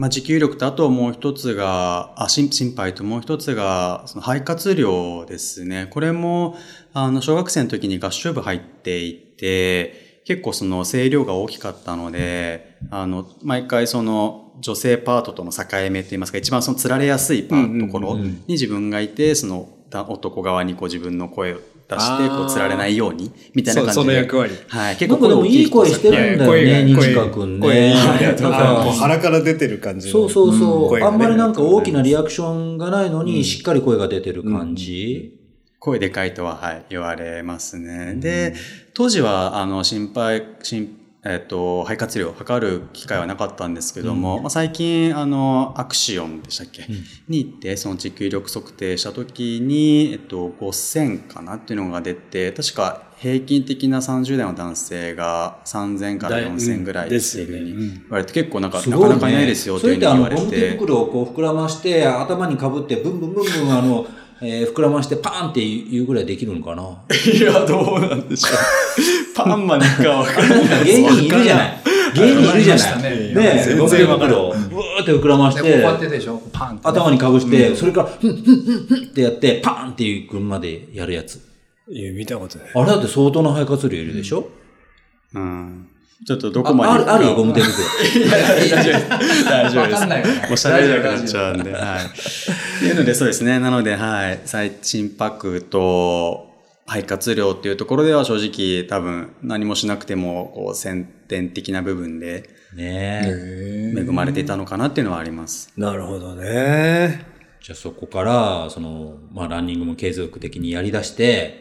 まあ、持久力とあともう一つが、あ、心心配ともう一つが、その肺活量ですね。これも、あの、小学生の時に合唱部入っていて、結構その声量が大きかったので、あの、毎回その女性パートとの境目といいますか、一番その釣られやすいパートところ
うんうんうん
に自分がいて、そのだ男側にこう自分の声を出して、こ
あー
う釣られないように、みたいな
そうそ
感じで。
の役割。
はい。
結
結構
構でもいい声してるんだ
いや
よ
い
ね、
や
西
声が
川くん
声
ね。
がありがとうございま
あ
すもう
ー
腹から出てる感じの
そうそうそう、
声が
あ
ね
んまりなんか大きなリアクションがないのに、しっかり声が出てる感じ。
声でかいとは、はい、言われますね。で、当時は、あの、心配、心えっ、と、肺活量を測る機会はなかったんですけども、まあ、最近、あの、アクシオンでしたっけ、に行って、その持久力測定した時に、えっと、5000かなっていうのが出て、確か平均的な30代の男性が3000から4000ぐらい
です
って
よ
いうふう
ね
に
うん
言われて、結構なんか、
す
な
ご
か
いね
なかいないですよっ
そ
ていう
れって
ふうに
あ
言
の、
われ
ゴ
て。
ム手袋をこう膨らまして、頭にかぶって、ブンブンブンブン、あの、えー膨らましてパーンっていうぐらいできるのかな。
いや、どうなんでしょう。 [laughs] パンマにかわかん
なんか芸人いるじゃない。芸人いるじゃ
わか
ない。
りましたね
ねえ、
全
ゴム手
然わかる
袋を、うーって膨らまし、
で、こうやっててでしょパンってね
頭にかぶして、それから、ふんふんふんふんってやって、パーンっていう群までやるやつ。
いや、見たことない。
あれだって相当な肺活量いるでしょ、
うんちょっとど
あ
こまで
あ
行く
る、
か
あるよ、 [laughs] ゴム手
[laughs]
袋。
大丈夫です。
わかんないよね
もう喋れなくなっちゃうんで。はい。っていうので、そうですね。なので、はい。最心拍と、肺活量っていうところでは正直多分何もしなくても、こう、先天的な部分で
ねえ。
恵まれていたのかなっていうのはあります。
なるほどね。
じゃあそこから、その、まあランニングも継続的にやり出して、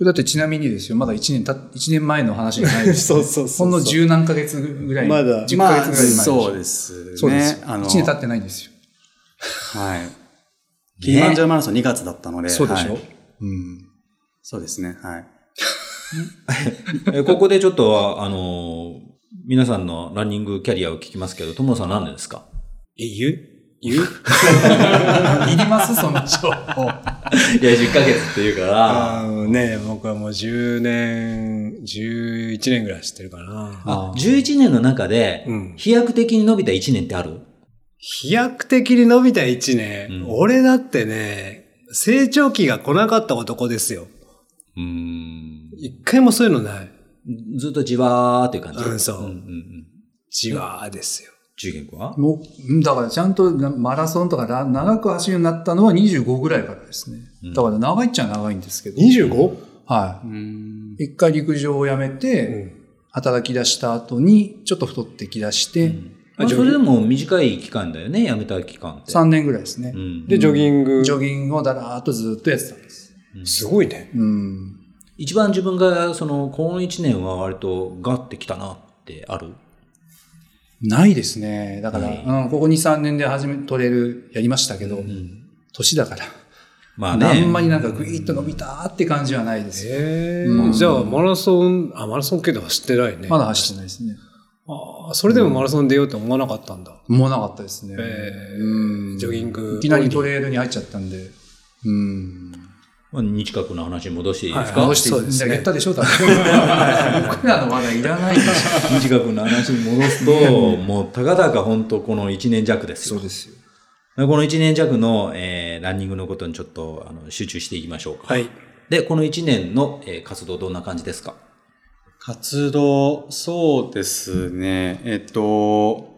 だってちなみにですよ、まだ1年たっ、一年前の話じゃないです。
そうそうそう。
ほんの十何ヶ月ぐらい。
まだ
10ヶ
ま
月ぐらい
あ、
前。
そうですね。
そうです。
あ
1
の、
年経ってないんですよ。
はい。キリマンジャロマラソン2月だったので。はい
うん。
そうですね。はい。
えここでちょっと、あの、皆さんのランニングキャリアを聞きますけど、友野さん何年ですか
え、言う言う
いりますその情報。
いや、10ヶ月っていうから、
あのね、僕はもう10年、11年ぐらい知ってるかな。
あ11年の中で
うん、
飛躍的に伸びた1年ってある、
飛躍的に伸びた1年、
うん
俺だってね、成長期が来なかった男ですよ。
うーん
一回もそういうのない。
ずっとじわーっていう感じ。
うんそう
うんうん。
じわーですよ。
中堅君は
もう、だからちゃんとなマラソンとかラ長く走るようになったのは25ぐらいからですね。だから長いっちゃ長いんですけど。
25?
は
うーん
い。一回陸上をやめて、働き出した後に、ちょっと太ってきだして、
まあ、それでも短い期間だよね、辞めた期間って。
3年ぐらいですね。
うん、
で、ジョギング。
ジョギングをだらーっとずっとやってたんです。
すごいね。
うん。
一番自分が、その、この1年は割とガッてきたなってある
ないですね。だから、
ない
うん、ここ2、3年で始め、取れる、やりましたけど、年だから、
ま
あ
あね。
んまりなんかグイッと伸びたーって感じはないですよ。
えーじゃあ、マラソン、あ、マラソン系で走ってないね。
まだ走ってないですね。
あーそれでもマラソン出ようと思わなかったんだ。
もうなかったですね。
えー
うん
ジョギング
いきなりトレールに入っちゃったんで。うん。
まあ、日角の話に戻していいですか、
はい
どうして
そうですね
言ったでしょ、多分。僕らの話題いらないでしょ。
日角の話に戻すと、もう、たかだか本当この1年弱ですよ。
ですよ。
この1年弱の、えーランニングのことにちょっとあの集中していきましょうか。
はい。
で、この1年の、えー活動どんな感じですか
活動、そうですね。えっと、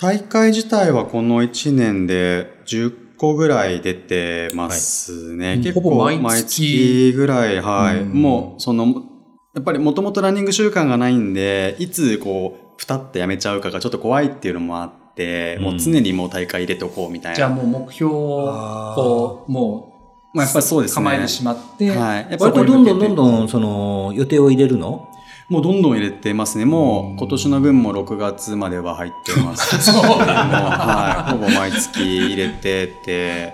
大会自体はこの1年で10個ぐらい出てますね。
い
結
ほぼ
構
毎月
毎月ぐらい、はい。
うん
もう、その、やっぱりもともとランニング習慣がないんで、いつこう、ふたってやめちゃうかがちょっと怖いっていうのもあって、もう常にもう大会入れとこうみたい
じゃあ
な。
もう目標を、こう、も
まあやっぱりそうで
う
すね。
構えてしまって、
はい。やっぱ
割
ことう
どんどんどんどん、その、予定を入れるの
もうどんどん入れてますね。もう今年の分も6月まで
[laughs]
は入ってます。そうもうはい。ほぼ毎月入れてて、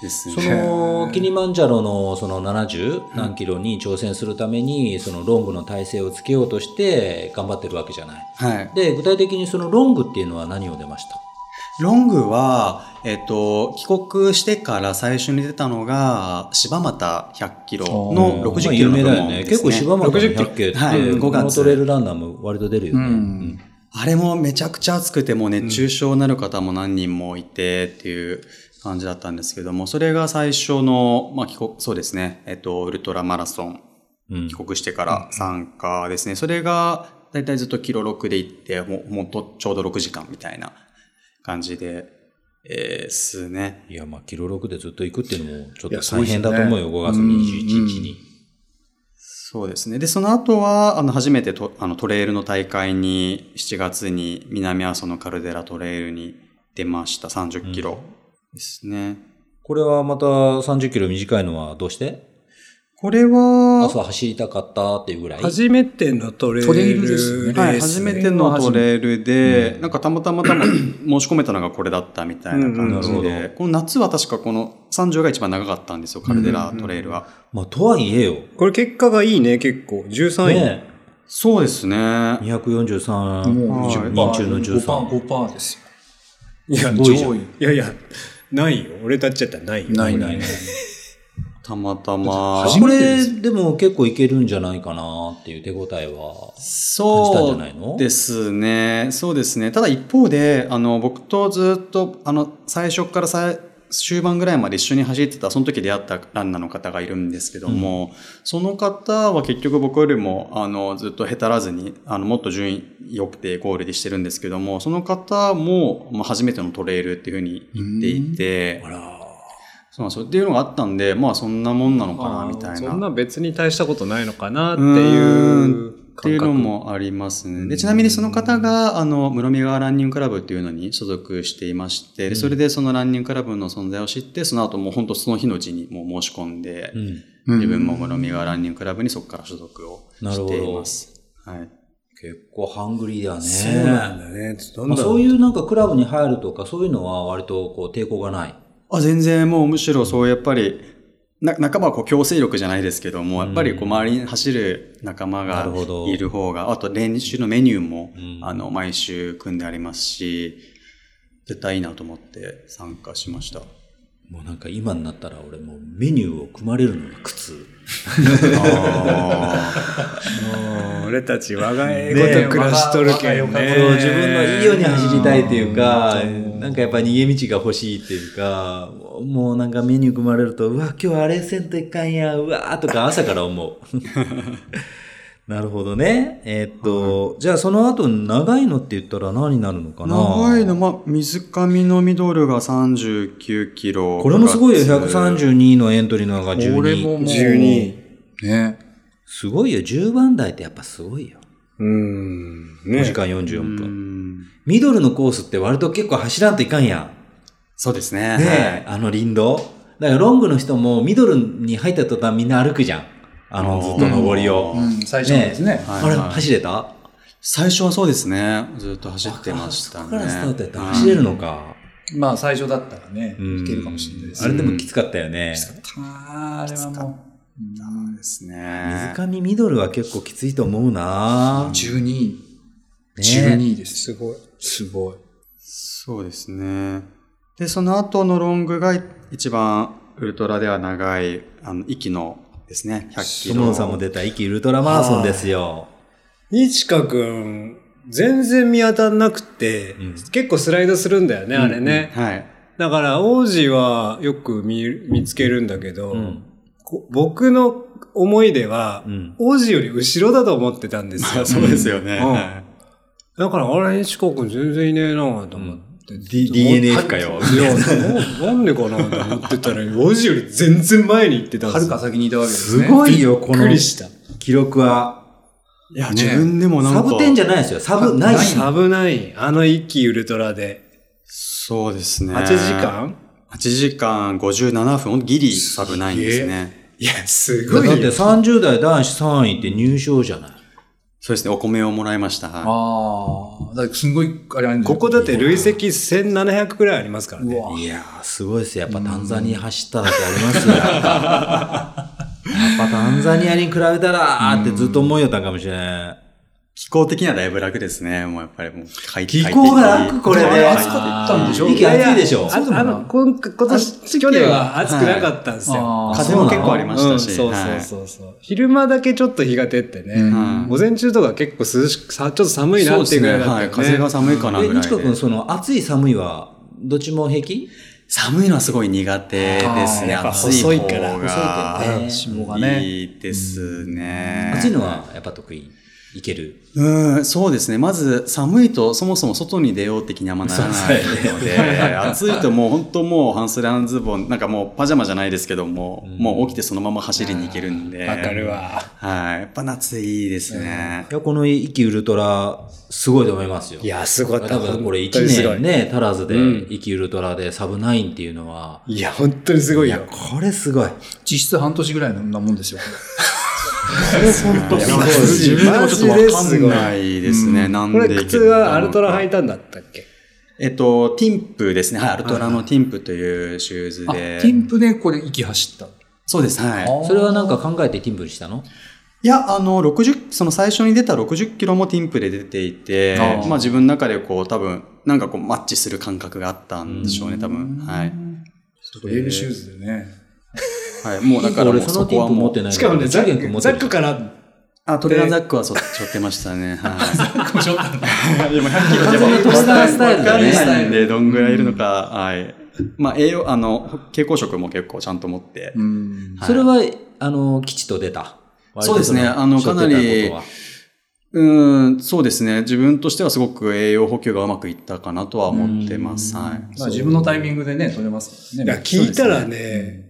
です
そ
ね。
のキリマンジャロのその70何キロに挑戦するために、そのロングの体勢をつけようとして頑張ってるわけじゃない。
はい。
で、具体的にそのロングっていうのは何を出ました
ロングは、えっと、帰国してから最初に出たのが、柴又100キロの
まあ
60キロの
有名
部
だよ
門
ね。
です、ね。
結構柴又の100系って、
はい
こ
5
の
月
トレイルランナーも割と出るよね。
うん
うん
あれもめちゃくちゃ暑くて、もう熱中症になる方も何人もいてっていう感じだったんですけども、それが最初の、まあ、帰国、そうですね、えっと、ウルトラマラソン、
うん
帰国してから参加ですね。それが、だいたいずっとキロ6で行って、もう、もっとちょうど6時間みたいな感じで、えー、すね。
いや、まあ、キロ6でずっと行くっていうのも、ちょっ
い
と
やそう
大
です
変
ね
だと思うよ、5月21日に。
そうですね。で、その後は、あの、初めてとあのトレイルの大会に、7月に南阿蘇のカルデラトレイルに出ました。30キロですね。
これはまた30キロ短いのはどうして
これは、
朝走りたかったっていうぐらい。
初めてのトレイル
トレイルですね
はい、
レー
初
ス
めてのトレイルで、なんかたまたまたま申し込めたのがこれだったみたいな感じ
うんうんなる
で、この夏は確かこの30が一番長かったんですよ、カルデラトレイルは。
まあ、とはいえよ。
これ結果がいいね、結構。13位。
ね
そうですね。
243、
もう
20人中の13。
5%、5%です
い
よ。
や、
ごいじゃん
上位いやいや、ないよ。俺たちだったらないよ。
ないない
い。
ない。
たまたま。
初
こ
めてで
れ、
す
でも結構いけるんじゃないかなっていう手応えは。感じたん
そ
じゃないの
うですね。そうですね。ただ一方で、あの、僕とずっと、あの、最初から最終盤ぐらいまで一緒に走ってた、その時出会ったランナーの方がいるんですけども、その方は結局僕よりも、あの、ずっとへたらずに、あの、もっと順位良くてゴールでしてるんですけども、その方も、まあ、初めてのトレイルっていうふうに言っていて、
あら。
そうなんですよ。っていうのがあったんで、まあ、そんなもんなのかな、みたい
そ。
なん
な別に大したことないのかなっていう感覚
っていうのもありますね。で、ちなみにその方が、あの、室見川ランニングクラブっていうのに所属していまして、でそれでそのランニングクラブの存在を知って、その後もう本当その日のうちにもう申し込んで、
うん。
自分も室見川ランニングクラブにそこから所属を
なる
し
ほど
ています。はい。
結構ハングリーだね。
そうなんだね。どん
まあ、
どん
そういうなんかクラブに入るとか、そういうのは割とこう抵抗がない。
あ、全然もうむしろそうやっぱり、な仲間はこう強制力じゃないですけども、やっぱりこう周りに走る仲間
な
が
るほど
いる方が、あと練習のメニューも、
うん
あの、毎週組んでありますし、絶対いいなと思って参加しました。
もうなんか今になったら俺もうメニューを組まれるのが苦痛。
あ
もう俺たち我が英語と暮らしとるけど
ね
ね。
そう自分のいいように走りたいっていうか、なんかやっぱ逃げ道が欲しいっていうか、もうなんかメニュー組まれると、うわ、今日あれせんといかんや、うわーとか朝から思う。なるほどね。えーっと、じゃあその後長いのって言ったら何になるのか
ー
な
長いの、まあ、水上のミドルが39キロ。
これもすごいよ、
9
132のエントリーのが12。
俺ももう。
12。
ね。
すごいよ、10番台ってやっぱすごいよ。
うん。
5
ね
時。間44
月。う
分。
ん
ミドルのコースって割と結構走らんといかんやん。
そうですね。
ねえ、 [laughs] あの林道。だからロングの人もミドルに入った途端みんな歩くじゃん。あのずっと上りを。
う
うん、最初のですね。
はい
あれ、
はい
走れた
最初はそうですね。ずっと走ってました
あ
ね。
そこからスタートやったら走れるのか。
まあ、最初だったらね、
うん
いけるかもしれないです。
あれでもきつかったよね。
あれはも
そうですね
水。上ミドルは結構きついと思う
う、
な
12位。
ね
12位です。
すごい。
すごい。
そうですね。で、その後のロングが一番ウルトラでは長い、あの、息のですね、100キ
トモ
ロ。
ンさんも出た、イキウルトラマラソンですよ。
西近くん、全然見当たんなくて、
ん
結構スライドするんだよね、あれね。
はい。
だから、王子はよく見見つけるんだけど、
うん。
こ僕の思いでは、
うん
王子より後ろだと思ってたんですよ。
そうですよね。
うん
はい
だから、あれ、西川君全然いねえなと思って。
D- DNF かよ
いや、ななんでかなと思ってたら、王子より全然前に行ってたん
は
で
る
す
か
よ。
先にいたわけです
す
ね。
ごいよ、こ
びっく
の
りした。
記録は。
いや、自分でもなん
サ
か。
ブ10じゃないですよ。サブないし。
サブナイン、あの一気ウルトラで。
そうですね。
8時間
?8 時間57分、ギリサブないんですね。
いや、す
だ
ご
っ
い
て
よ。
30代男子3位って入賞じゃない。
そうですね、お米をもらいました。はい
ああ、だからすごい、あれあるんじゃ
こ
ない
こだって累積1700くらいありますから
う
ね。
わ
いやー、すごいですよ。やっぱタンザニア走っただけありますよ。やっぱやっぱタンザニアに比べたら、あーってずっと思いよったんかもしれない。
気候的にはだいぶ楽ですね。もうやっぱりもう快適
気候が楽これね
快適
暑
かったんでしょ
息暑いでしょ。
ああの、こん今年、去年は暑くなかったんですよ
あ。ー
風も結構ありましたし
うんそうそうそうそう。昼間だけちょっと日が照って
う
ね。
はい
午前中とか結構涼しく、さちょっと寒いなっていうぐらいだ
は
った
い、
よね
風が寒いかな
え、
ぐらい
にちかく
で
ん、。その、暑い寒いは、どっちも平気
寒いのはすごい苦手ですね。
あーやっぱ
暑い
細いから
方
細いからね
が
脂
肪がね
いいですね。
暑いのはやっぱ得意。いける。
うん、そうですね。まず寒いとそもそも外に出ようって気にあんまならないので、暑いともう本当もう半袖半ズボン、なんかもうパジャマじゃないですけども、
うん
もう起きてそのまま走りに行けるんで。
わかる。わ。
はい。やっぱ夏いいですね
い。や、この一気ウルトラ、すごいと思いますよ。
いや、すごかった。
だからこれ
本当にすご
1
い
年ね、足らずで
うん、
一気ウルトラでサブナインっていうのは、
いや、本当にすごいよ。
これすごい。
実質半年ぐらいのなもんですよ。
本当
いや
自分でもちょっとわかん
マ
ないですね。なん
こ
で
れ
いけたのか。
靴はアルトラ履いたんだったっけ
えっと、ティンプですね。はい、アルトラのティンプというシューズ
あ、
で。
ティンプでこれ息走った。
そうです。はい。
それはなんか考えてティンブルしたの
いや、あの、60、その最初に出た60キロもティンプで出ていて
あー、
まあ自分の中でこう多分、なんかこうマッチする感覚があったんでしょうね、多分。はい。
レールシューズでね。
はい。もうだからもう
俺その
そ
ティン
こは
ブル持
も
って
う、
ない
しかもね、ザ
ザゲン
ッ
君
ク、
持っ
ザ
て
ック
る。
から、
あ、トレランザックはそ背負ってましたね。
[laughs]
はい。
これちょっと
でも100キロ
完
で
全
も
にトレランスタイルだ
わかん
ね。
ないんで、どんぐらいいるのか、はい。まあ栄養、あの、蛍光色も結構ちゃんと持って。
うん。
はい
それは、あの、基地と出た。
そうですね
割と
あの
しょって
かなり
たことは
うん、そうですね。自分としてはすごく栄養補給がうまくいったかなとは思ってます。
うん
はい。
まあ自分のタイミングでね、取れますか
い
ら
や
ね。
聞いたらね、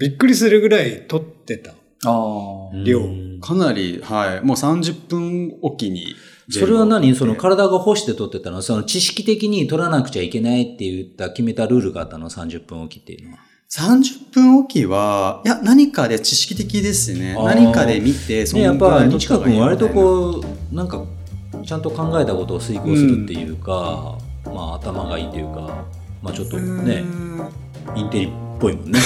びっくりするぐらい取ってた。
ああ。
量
うん
かなり、はい。もう30分おきに。
それは何その体が干して取ってたのその知識的に取らなくちゃいけないって言った決めたルールがあったの ?30 分おきっていうのは。
30分おきは、いや、何かで知識的ですね。
あー
何かで見て、
ね、やっぱ、
ど
日川君割とこう、なんか、ちゃんと考えたことを遂行するっていうか、まあ頭がいいというか、まあちょっとね、インテリっぽいもん
[laughs]
ね。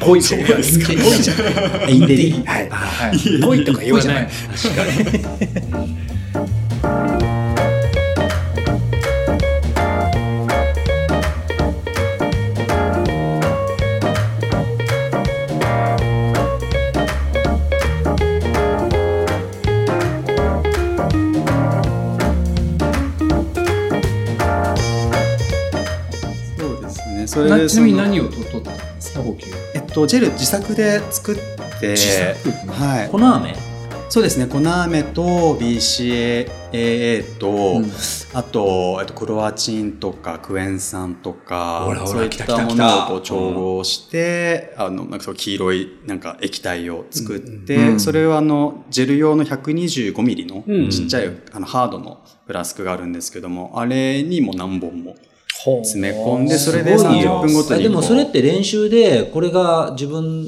ぽいじゃないです
[laughs]
か。ぽいじゃない。
インテリ。
はい
はい。
ぽいとか言わ
じゃ
な
ないい。。
そうですね。それ
な
で、
ちなみに
その
何を取取ったんですか、補給。
えっと、ジェル自作で作って、はい。
粉飴
そうですね。粉飴と BCAA と、
うん
あと、えっと、クロアチンとかクエン酸とか
ほらほら
そういっ
来た
た
来た
も
来た
のをこう調合して、あのなんかそう黄色いなんか液体を作って、
うんうん
それはあのジェル用の125ミリの
うん
ちっちゃい、あのハードのフラスクがあるんですけどもあれにも何本も詰め込んでそれです
ごいよ
30分ごと
あ
に
でもそれっ
こ
て練習でこれが自分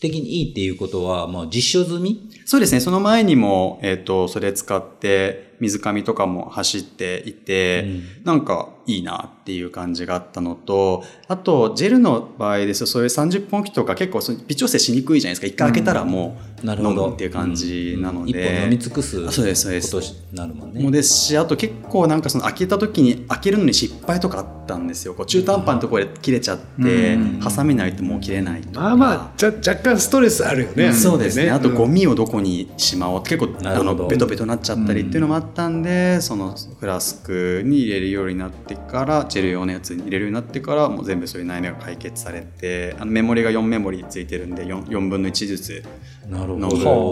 的にいいっていうことはもう実証済み
うそうですねその前にも、えっとそれ使って水上とかも走っていて、なんかいいなっていう感じがあったのと、あと、ジェルの場合ですと、そういう30本置きとか結構その微調整しにくいじゃないですか。一回開けたらも
なるほど
飲むっていう感じなので
うん一本飲み尽くす
あそうですそうです
ことになるもん
う、
ね
もうですし、あと結構なんかその開けた時に開けるのに失敗とかあったんですよ。こう中途半端なところで切れちゃって、
うん
ハサミないともう切れないとか。
まあまあ、じゃ若干ストレスあるよね。
そうですね。あとゴ
ミ。
ミをどこにしまおうって結構
なる
あ
ほど
のベトベトになっちゃったりっていうのもあったんで、そのフラスクに入れるようになってからジェル用のやつに入れるようになってからもう全部そういう悩みが解決されてあのメモリが4メモリついてるんで 4, 4分の1ずつ
なる
飲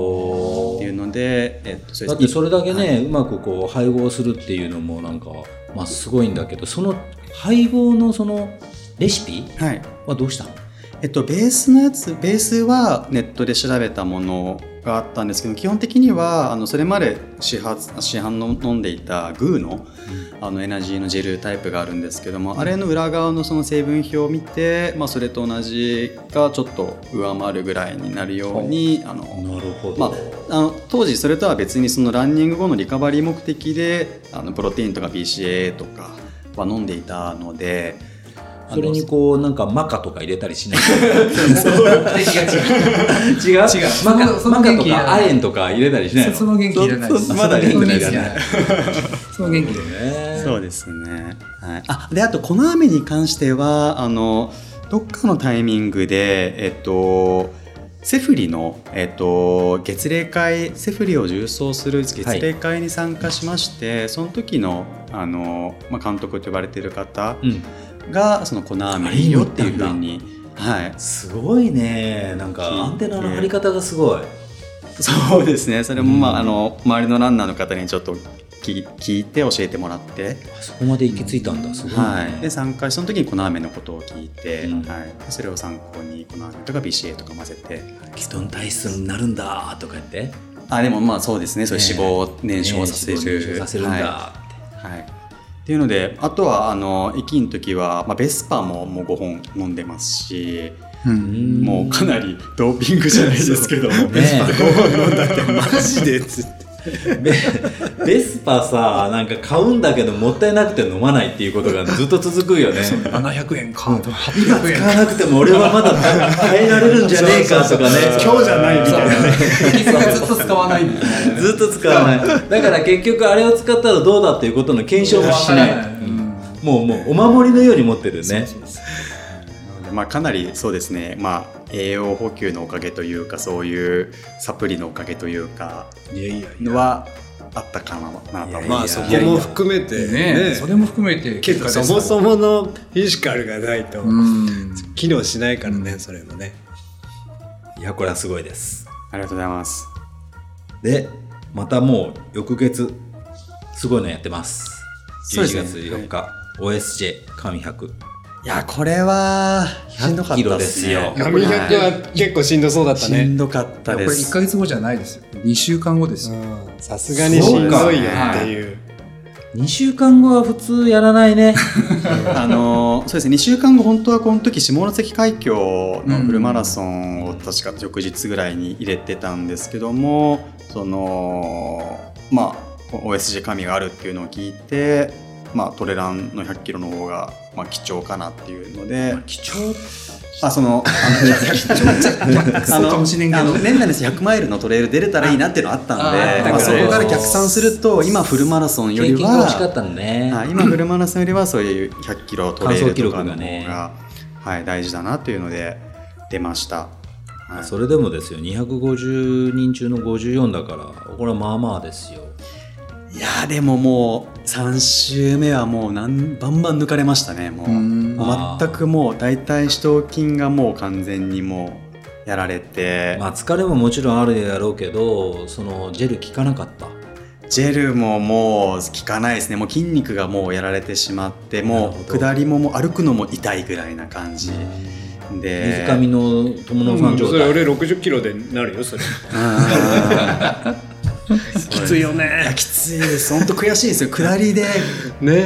ほ
っていう
ど
ので、えっと、そ
だってそれだけね、うまくこう配合するっていうのもなんか、まあ、すごいんだけどその配合のそのレシピ
はい
はどうしたの
えっと、ベースのやつベースはネットで調べたものがあったんですけど基本的にはあのそれまで市販市販の飲んでいたグーの,、あのエナジーのジェルタイプがあるんですけども、あれの裏側のその成分表を見て、まあ、それと同じかちょっと上回るぐらいになるように、あの
なるほど。
まあ、あの当時それとは別にそのランニング後のリカバリー目的であのプロテインとか BCAA とかは飲んでいたので
それにこう、なんか、マカとか入れたりしない [laughs]
目的が違う。
違う違う。マカ
その
マカと
元気いら
か、
ない
亜鉛とか入れたりしないの
そその元気いらないです。
そまだ元
その
気
元
い
気
ら
いら
な。
ないい。その元気いらない。
ね
そうですね、はい、あであとこの雨に関してはあのどっかのタイミングでえっとセフリの、えっと、月例会セフリを重装する月例会に参加しまして、その時のあの、まあ、監督と呼ばれている方
うん。
がその粉雨いいよっていうふうに、はい、
すごいね。なんか、アンテナの張り方がすごい。
そうですねそれも、まあ
うん
あの周りのランナーの方にちょっと聞聞いて教えてもらって、
あそこまで行き着いたんだ。すごいね。
はい、で参加その時に粉飴のことを聞いて、
うん
はい、それを参考に粉飴とか BCA とか混ぜて
基礎体質になるんだとか言って。
あでもまあそうですねそういう脂肪を燃焼させる,、
ねえ脂肪を燃焼させるんだ
は
って。
い、はいっていうのであとはあの駅の時は、まあ、ベスパももう5本飲んでますし
うん
もうかなりドーピングじゃないですけども、
ね
ベスパ5本飲んだってマジでっつって
ベベスパさ、なんか買うんだけど、もったいなくて飲まないっていうことがずっと続くよね。
700円かとか [laughs]
今
800
使
円
わなくても俺はまだ耐えられるんじゃねえかとかね。
今日じゃないみたいなね
ずっと使わないみたいなね
ずっと使わない。だから結局あれを使ったらどうだっていうことの検証もしない。
うん
もうもうお守りのように持ってるよね。
まあ、かなりそうですね、まあ、栄養補給のおかげというかそういうサプリのおかげというか
いやいやいや
のはあったかなと思い
ま
ま
あ
す
そこも含めてね
ねそれも含めて
結構そもそものフィジカルがないと
うん
機能しないからねそれもね
いや、これはすごいです。
ありがとうございます
で、またもう翌月、すごいのやってます。
そうです
11月
ね
4日、OSJ 神100。
いやこれはしんどかったっ
100キ
ね
ロですよ
髪型は結構しんどそうだった
しん
ね
どかった
これ
で
1
す
か月後じゃないですよ2週間後ですよ
うんさすがにしんどいよっていう
2週間後は普通やらないね。
あのそうですね2週間後本当はこの時下関海峡のフルマラソンを確か翌日ぐらいに入れてたんですけどもそのまあ OSG 神があるっていうのを聞いて、まあ、トレランの100キロの方が、まあ、貴重かなっていうので貴重あそのあ
そうかもしれんけど
あの年内の100マイルのトレイル出れたらいいなっていうのはあったの
あ
で
あ
まあ
だ
そ
からね
こから逆算すると今フルマラソ [laughs] ンより
経験が
は
欲しかったんだね。
はい、今フルマラソンよりはそういう100キロトレイ
完走
ルとかの方が
記録がね
はい、大事だなというので出ました、はい、
それでもですよ、250人中の54だから、これはまあまあですよ。
いやーでももう3週目はもうなんバンバン抜かれましたねもう
うん
もう全くもう大体主頭筋がもう完全にもうやられて、
まあ疲れももちろんあるやろうけど、そのジェル効かなかった。
ジェルももう効かないですねもう筋肉がもうやられてしまって
な
も
る
う
ほど
下りももう歩くのも痛いぐらいな感じで
水上の友野さん状
それ
態。
俺60キロでなるよそれ
きついよねいやきついです本当悔しいですよ下りで、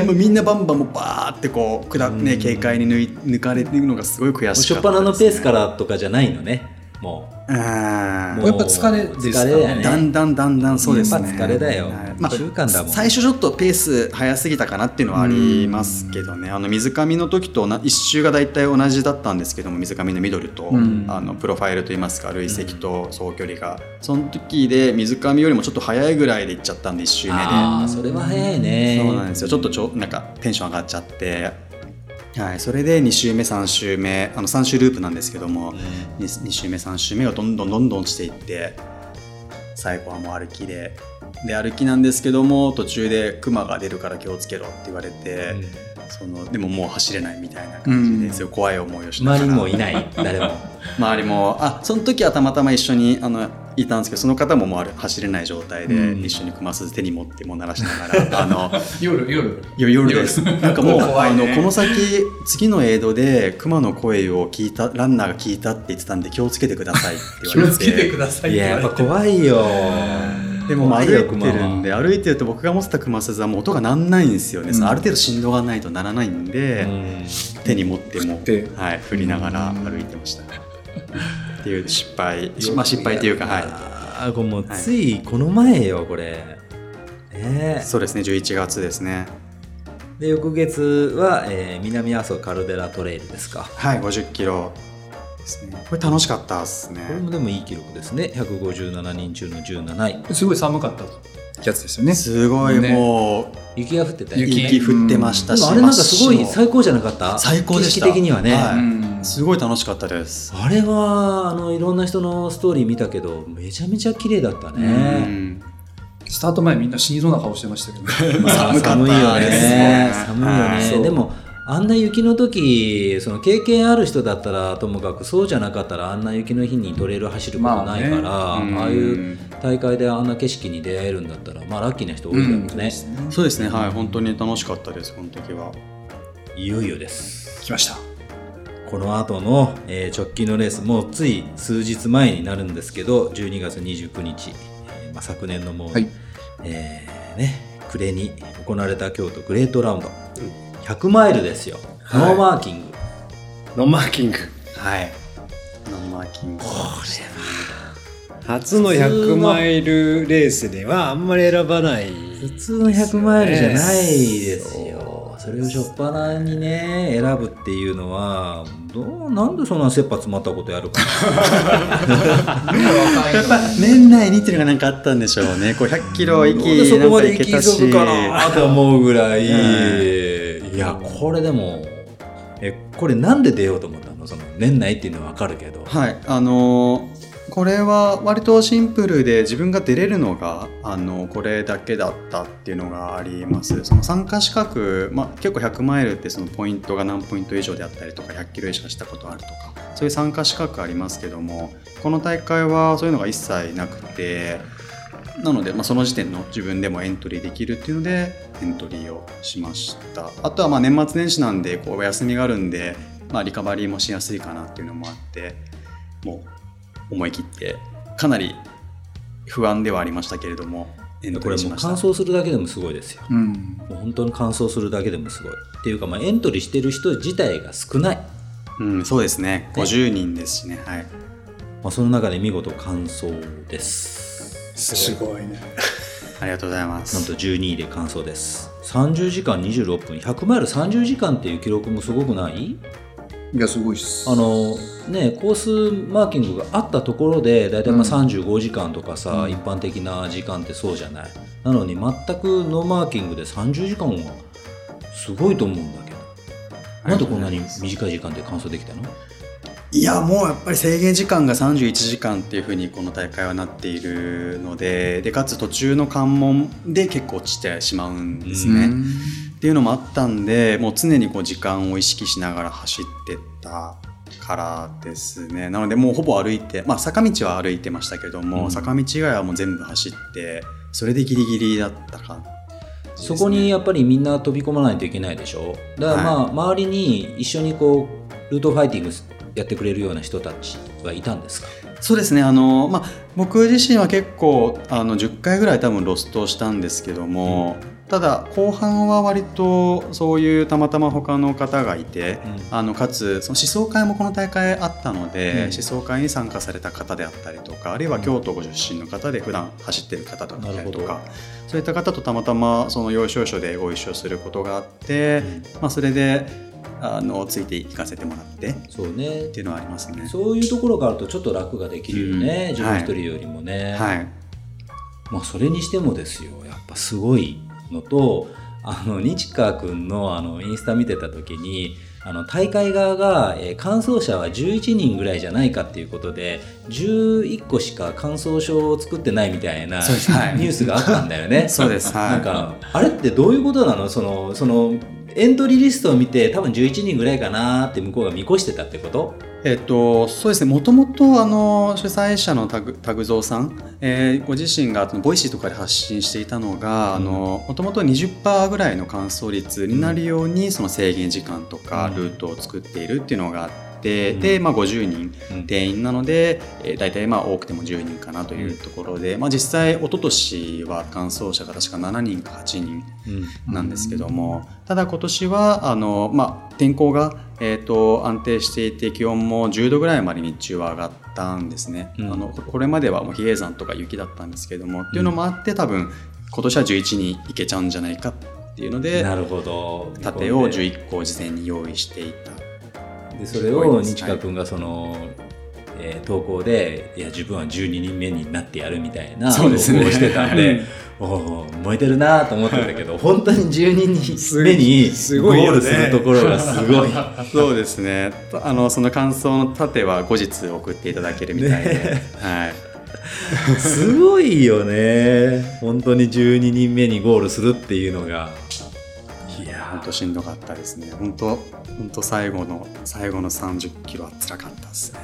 もうみんなバンバンもうバーってこう下、ね、軽快に抜い抜かれていくのがすごい悔
初
しか
っ
った
端のペースかららとかじゃないのね。もう。もう
やっぱ疲れですか
疲れだよね。
だんだんだんだんそうですね
やっぱ疲れだよ
はい
一週間だもん
最初ちょっとペース早すぎたかなっていうのはありますけどねあの水上の時とな一周が大体同じだったんですけども水上のミドルと、
うん
あのプロファイルといいますか累積と総距離が、その時で水上よりもちょっと早いぐらいで行っちゃったんで一周目で
ああ、それは早いね。
そうなんですよちょっとちょなんかテンション上がっちゃって、はい、それで2周目3周目あの3周ループなんですけども、2, 周目3周目がどんどんどんどん落ちていって最後はもう歩きでで歩きなんですけども途中でクマが出るから気をつけろって言われて、そのでももう走れないみたいな感じで、
うん
すごい怖い思いをしなが
周
ら
りにもい
[laughs]
ない、誰も。
周りもあその時はたまたま一緒にあのいたんですけどその方ももうある走れない状態で、
うん
一緒にクマス手に持っても鳴らしながらあの
夜、夜。
夜夜ですなんかもう
怖
あ
いね
のこの先次のエイドでクマの声を聞いたランナーが聞いたって言ってたんで気をつけてくださいって
気
言わ
を
れ
つけて
て
ください
い
って
や、
言
や
わ
っ
れ
ぱ
て。
怖いよ。
でも歩い
怖い
て
よ
るんで歩いてると僕が持ってたクマスはもう音が鳴らないんですよね、
うん
そのある程度振動がないと鳴らないんで、
うん
手に持っても
て
はい、振りながら歩いてました、っていう失敗
よく
まあ失敗というかはい
あーこれもうついこの前よ、これ。ねえ
そうですね、11月ですね。
で翌月は、えー南阿蘇カルデラトレイルですか。
はい、50キロですね。これ楽しかったですね
こ。れもでもいい記録ですね。157人中の17
すごい寒かったやつですよね。
すごい
ね
も
位。
う、
雪が降ってたよ。
雪
雪降ってました
で
し、
もあれなんかすごい
真っ白
最高じゃなかった
最高でした
景色的にはね。
はい
うん
すごい楽しかったです。
あれはあのいろんな人のストーリー見たけどめちゃめちゃ綺麗だった
う
ね。
ん
スタート前みんな死にそうな顔してましたけど。
まあ
寒かった
寒いよ
です
ね
ね。
寒いよ
はい
ね。
そう
でもあんな雪の時その経験ある人だったらともかくそうじゃなかったらあんな雪の日にトレイル走ることないから、
まあね
ああい
うん
う大会であんな景色に出会えるんだったらまあラッキーな人多いだろう
うん
ね。
そうですね、はい、本当に楽しかったです、この時は。
いよいよです。
来ました。
この後の、えー直近のレースもうつい数日前になるんですけど12月29日、えーまあ、昨年のもう、
はい
えーね暮れに行われた京都グレートラウンド、100マイルですよ、ノーマーキングこ
ノンマーキング
はい。ノンマーキング。
初の100マイルレースではあんまり選ばない
れは普通の100マイルじゃないですよそれを初っ端にね選ぶっていうのはどうなんでそんな切羽詰まったことやるか
やっぱ年内にっていうのがなんかあったんでしょうね。こう100キロ
な
行
なんで
き、
そ
な
こ
ん
ま
か
で行
行け
き
たし
急ぐかなと思うぐらい、
う
いやこれでもえこれなんで出ようと思ったのその年内っていうのは分かるけど
はい、あのーこれは割とシンプルで自分が出れるのが、あのこれだけだったっていうのがありますその参加資格、まあ、結構100マイルってそのポイントが何ポイント以上であったりとか100キロ以上したことあるとかそういう参加資格ありますけどもこの大会はそういうのが一切なくてなので、まあ、その時点の自分でもエントリーできるっていうのでエントリーをしましたあとはまあ年末年始なんでこうお休みがあるんで、まあ、リカバリーもしやすいかなっていうのもあってもう思い切ってかなり不安ではありましたけれどもエント
こ
リ
れ
ーし
もう
ました
完走するだけでもすごいですよ
うん。
もう本当に完走するだけでもすごいっていうか、まあ、エントリーしてる人自体が少ない、
うん、そうですね50人ですしねはい
まあ、その中で見事完走です
すごいね
ありがとうございま
なん
す
と12位で完走です30時間26分100マイル30時間っていう記録もすごくない
いや、すごいっす。
あのね、コースマーキングがあったところで大体まあ35時間とかさ、
うん
一般的な時間ってそうじゃないなのに全くノーマーキングで30時間はすごいと思うんだけどなんでこんなに短い時間で完走できたの
いやもうやっぱり制限時間が31時間っていうふうにこの大会はなっているのででかつ途中の関門で結構落ちてしまうんですね、
うん
っていうのもあったんでもう常にこう時間を意識しながら走ってったからですねなのでもうほぼ歩いて、まあ、坂道は歩いてましたけども、
うん
坂道以外はもう全部走ってそれでギリギリだったか
そこにやっぱりみんな飛び込まないといけないでしょだからまあ、周りに一緒にこうルートファイティングやってくれるような人たちはいたんですか
そうですねあの、まあ、僕自身は結構あの10回ぐらい多分ロストをしたんですけども、ただ後半は割とそういうたまたま他の方がいて、あのかつその思想会もこの大会あったので、
うん
思想会に参加された方であったりとかあるいは京都ご出身の方で普段走ってる方だったりと
なるほ
かそういった方とたまたまその要所要所でご一緒することがあって、まあ、それであのついていかせてもらってっ
そうね
ていうのはありますね。
そういうところがあるとちょっと楽ができるよね、
うん
自分一人よりもね、
はい
まあ、それにしてもですよやっぱすごいのとあの日川君のあのインスタ見てた時にあの大会側が、えー完走者は11人ぐらいじゃないかっていうことで11個しか完走証を作ってないみたいな
そうですはい
ニュースがあったんだよね。
[laughs] そうです。はい。
なんかあれってどういうことなのそのそのエントリーリストを見て多分11人ぐらいかなーって向こうが見越してたってこと
えっと、そうですね、もともとあの主催者のタグタグゾーさん、えーご自身がそのボイシーとかで発信していたの
う
が、
ん
あのもともと20%ぐらいの乾燥率になるように、その制限時間とか
うん
ルートを作っているっていうのがあって、
うん
で、まあ、50人
うん
定員なので、えー、大体まあ多くても10人かなというところで、まあ、実際、一昨年は乾燥者が確か7人か8人
うん
なんですけども、ただ今年はあの、まあ、天候が、えー、と安定していて気温も10度ぐらいまで日中は上がったんですね、
うん
あのここれまではもう比叡山とか雪だったんですけども、っていうのもあって多分今年は11に行けちゃうんじゃないかっていうので
なるほど
盾を11個事前に用意していた。
でそれ
すご
を
いです
日川君がその、えー投稿でいや自分は12人目になってやるみたいな投
そ
稿を
うですね
してたんで、おお燃えてるなと思ってたけ
[laughs]
ど本当に12人目に
す
ゴ
ごい
ー
よね
ルするところがす
[laughs]
ごい。
そうですね [laughs] あのその感想の盾は後日送っていただけるみたいで、 [laughs] はい、
すごいよね本当に12人目にゴールするっていうのがい
本
や
当しんどかったですね。本当本当最後の最後の30キロは辛かったですね。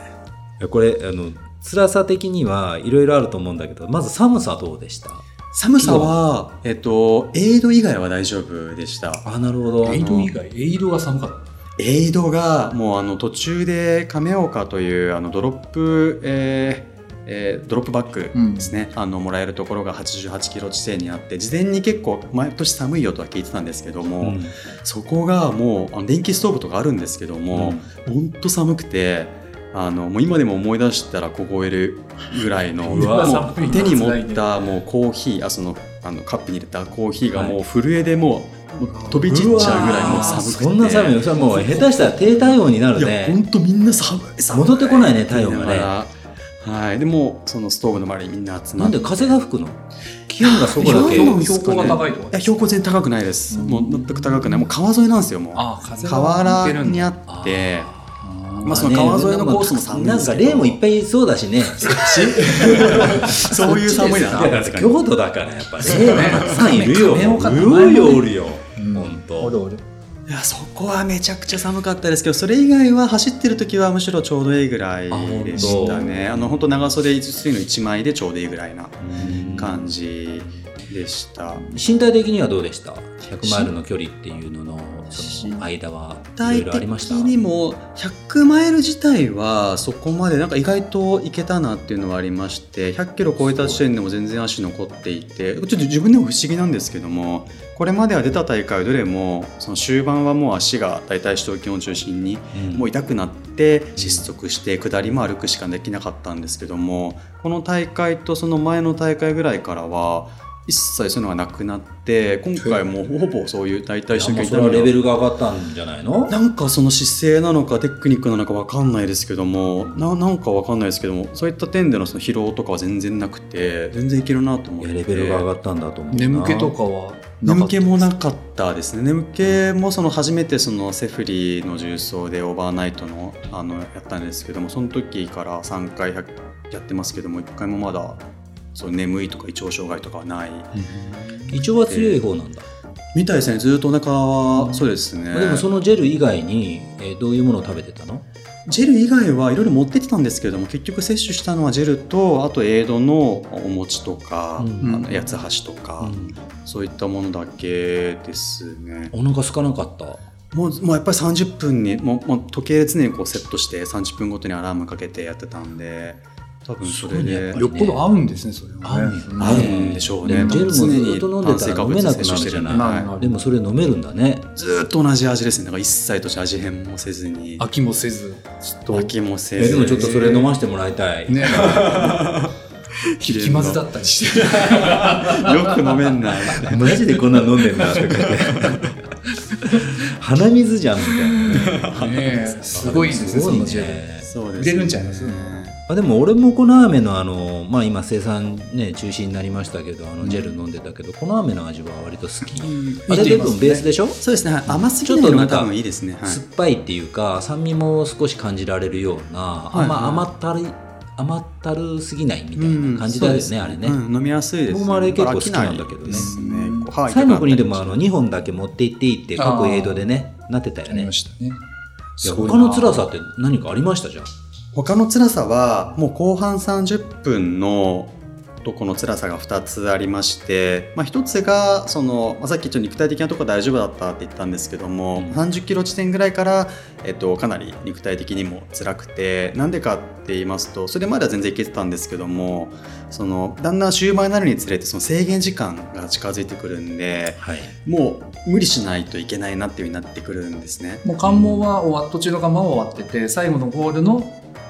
ーこれあの辛さ的にはいろいろあると思うんだけどまず寒さどうでした
寒さはえっとエイド以外は大丈夫でした。
あなるほど
あ
エイ
の
ド以外、エイドが寒かった。
エイドがもうあの途中で亀岡というあのドロップ、えーえードロップバッグですね、あのもらえるところが88キロ地点にあって事前に結構毎年寒いよとは聞いてたんですけども、
うん
そこがもうあの電気ストーブとかあるんですけども、本当寒くてあのもう今でも思い出したら凍えるぐらいの
うわ
もう
寒いな
手に持
辛い
っ
ね
たもうコーヒーあそのあのカップに入れたコーヒーがもう震えでもうもう飛び散っちゃうぐらいもう寒くて
そんな寒いのそれはもう下手したら低体温になる
いや
ね
本当みんな寒い寒い
戻ってこないね体温が
って言
ね
いながらはいでもうそのストーブの周りにみんな集ま
な
っ
ん
て
で風が吹くの気温がそこだけ
いや
う
そうです
標
か
高が高
ね
いと
いや標高全然高くないです、
うん
もう全く高くないもう川沿いなんですよもう
ああ、風
河
が抜け
原
るん
に
だ。
あって
あ
まあその川沿いのコースも寒いん
な
で
ん
す
か
けど
例もいっぱいそうだしね
[laughs] そういう寒
[laughs]
いな
だから京都だからやっぱ
そうね
例もたくさんいるよ
亀岡
うるよおるよ本
あおる
当
おる。
いやそこはめちゃくちゃ寒かったですけどそれ以外は走ってる時はむしろちょうどいいぐらいでしたねあの本当長袖1の1枚でちょうどいいぐらいな感じでした、
身体的にはどうでした100マイルの距離っていうののその間はいろい
具体
ろありまし
的
た
にも100マイル自体はそこまでなんか意外といけたなっていうのはありまして100キロ超えた時点でも全然足残っていてちょっと自分でも不思議なんですけどもこれまでは出た大会どれもその終盤はもう足が大体首都筋を中心に
うん
もう痛くなって失速して下りも歩くしかできなかったんですけどもこの大会とその前の大会ぐらいからは一切そういうのがなくなって今回もほぼそういう大体
いやもうそれはレベルが上がったんじゃないの
なんかその姿勢なのかテクニックなのかわかんないですけどもななんかわかんないですけどもそういった点でのその疲労とかは全然なくて全然いけるなと思っ
い
て
やレベルが上がったんだと思うな
眠気とかはなか
眠
った
気もなかったですね眠気もその初めてそのセフリーの重曹でオーバーナイトのあのやったんですけどもその時から3回ややってますけども1回もまだその眠いとか胃腸障害とかはない
胃腸は強い方なんだ、
みたいですねずっとお腹はそうですね
でもそのジェル以外に、えーどういうものを食べてたの
ジェル以外はいろいろ持ってきたんですけれども結局摂取したのはジェルとあとエイドのお餅とか、
うん
あの八つ橋とか、そういったものだけですね。
お腹空かなかった
もうもうやっぱり30分にもうもう時計で常にこうセットして30分ごとにアラームかけてやってたんで多分それで。
よっぽど合うんですね、それはね。
ね
合うんでしょうね
でもジェルもず
常に
っと飲んでたら飲めなくなるじゃ
炭水化物摂取してるんで
な
はい
なるほ
いでもそれ飲めるんだね
ずーっと同じ味ですねだから一切として味変もせずに
ど。飽きもせ [laughs] ず、ちょっと。
飽きもせ
え
ず
でもちょっとそれ飲ませてもらいたい、
ね。
切れ
気
るの
まずだったりして。
よく飲めんな
マジでこんなの飲んでんだって感じ鼻水じゃんみたいなね
[laughs] ねえすごいですね、その時代。
ね
そうですね
売れるんちゃいます
あでも俺もこの飴のあの、まあ、今生産、ね、中止になりましたけどあのジェル飲んでたけど、この飴の味は割と好き、あれ
いい
で
って言います
分
ね
ベースでしょ、
そうですね、はい甘すぎ
ちょっ
な
と
いの
な
が
んか
多分いいですね。はい
酸っぱいっていうか酸味も少し感じられるような、
はい
まあ
はい
甘ったるい甘ったるすぎないみたいな感じだよね、あれね、
うん飲みやすいです、
僕もあれ結構好きなんだけどね
飽きないですね
うん
こう歯痛くなったり
最後にでもあの2本だけ持って行っていいって各エイドでねなってたよ
あり
ね
ましたね。
いや
すごいな
他の辛さって何かありましたじゃん
他の辛さはもう後半30分のとこの辛さが2つありまして、まあ、1つがその、まあ、さっきちょっと肉体的なところ大丈夫だったって言ったんですけども、
うん
30キロ地点ぐらいから、えっと、かなり肉体的にも辛くてなんでかって言いますとそれまでは全然いけてたんですけどもそのだんだん終盤になるにつれてその制限時間が近づいてくるんで
はい
もう無理しないといけないなっていう風になってくるんですね。
もう関門は終わっ途中の関門は終わってて最後のゴールの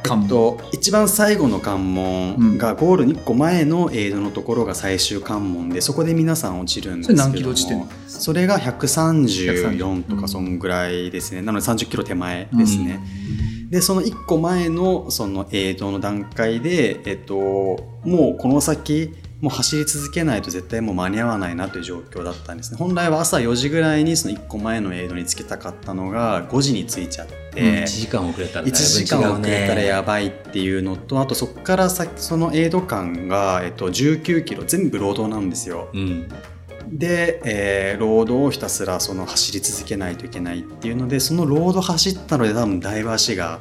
関門。
と一番最後の関門がゴール1個前のエイドのところが最終関門でそこで皆さん落ちるんです
それ
けども
何キロ地点？
それが134と
うん
かそんぐらいですね、なので30キロ手前ですね、でその1個前のそのエイドの段階で、えっと、もうこの先もう走り続けないと絶対もう間に合わないなという状況だったんですね本来は朝4時ぐらいにその1個前のエイドにつけたかったのが5時についちゃって、
1時間遅れたらだいぶ違う、ね、
1時間遅れたらやばいっていうのとあとそこから先そのエイド間が、えっと、19キロ全部労働なんですよ
うん
で、えー労働をひたすらその走り続けないといけないっていうのでそのロード走ったので多分だいぶ足が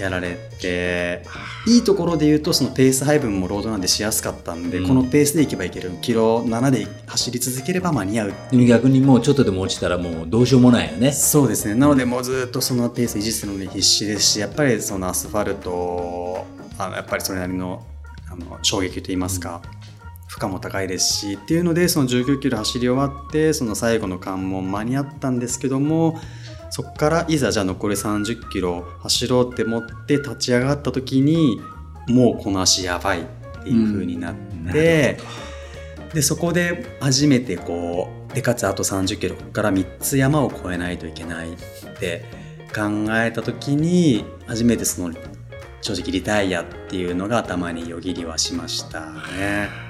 やられていいところで言うとそのペース配分もロードなんでしやすかったんで、
うん
このペースでいけばいけるキロ7で走り続ければ間に合う
でも逆にもうちょっとでも落ちたらもうどうしようもないよね
そうですねなのでもうずっとそのペース維持するのに必死ですしやっぱりそのアスファルトあのやっぱりそれなりのあの衝撃といいますか負荷も高いですしっていうのでその1 9キロ走り終わってその最後の関門間に合ったんですけどもそこからいざじゃあ残り3 0キロ走ろうって思って立ち上がった時にもうこの足やばいっていう風になって。ででそこで初めてこうでかつあと3 0キロここから3つ山を越えないといけないって考えた時に初めてその正直リタイアっていうのが頭によぎりはしましたね。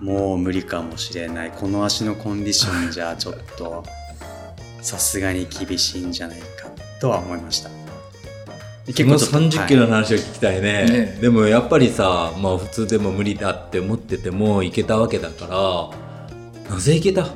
もう無理かもしれないこの足のコンディションじゃちょっとさすがに厳しいんじゃないかとは思いました。
結構3 0キロの話を聞きたいね,、
いねえ
でもやっぱりさ、まあ、普通でも無理だって思ってても行けたわけだからなぜ行けた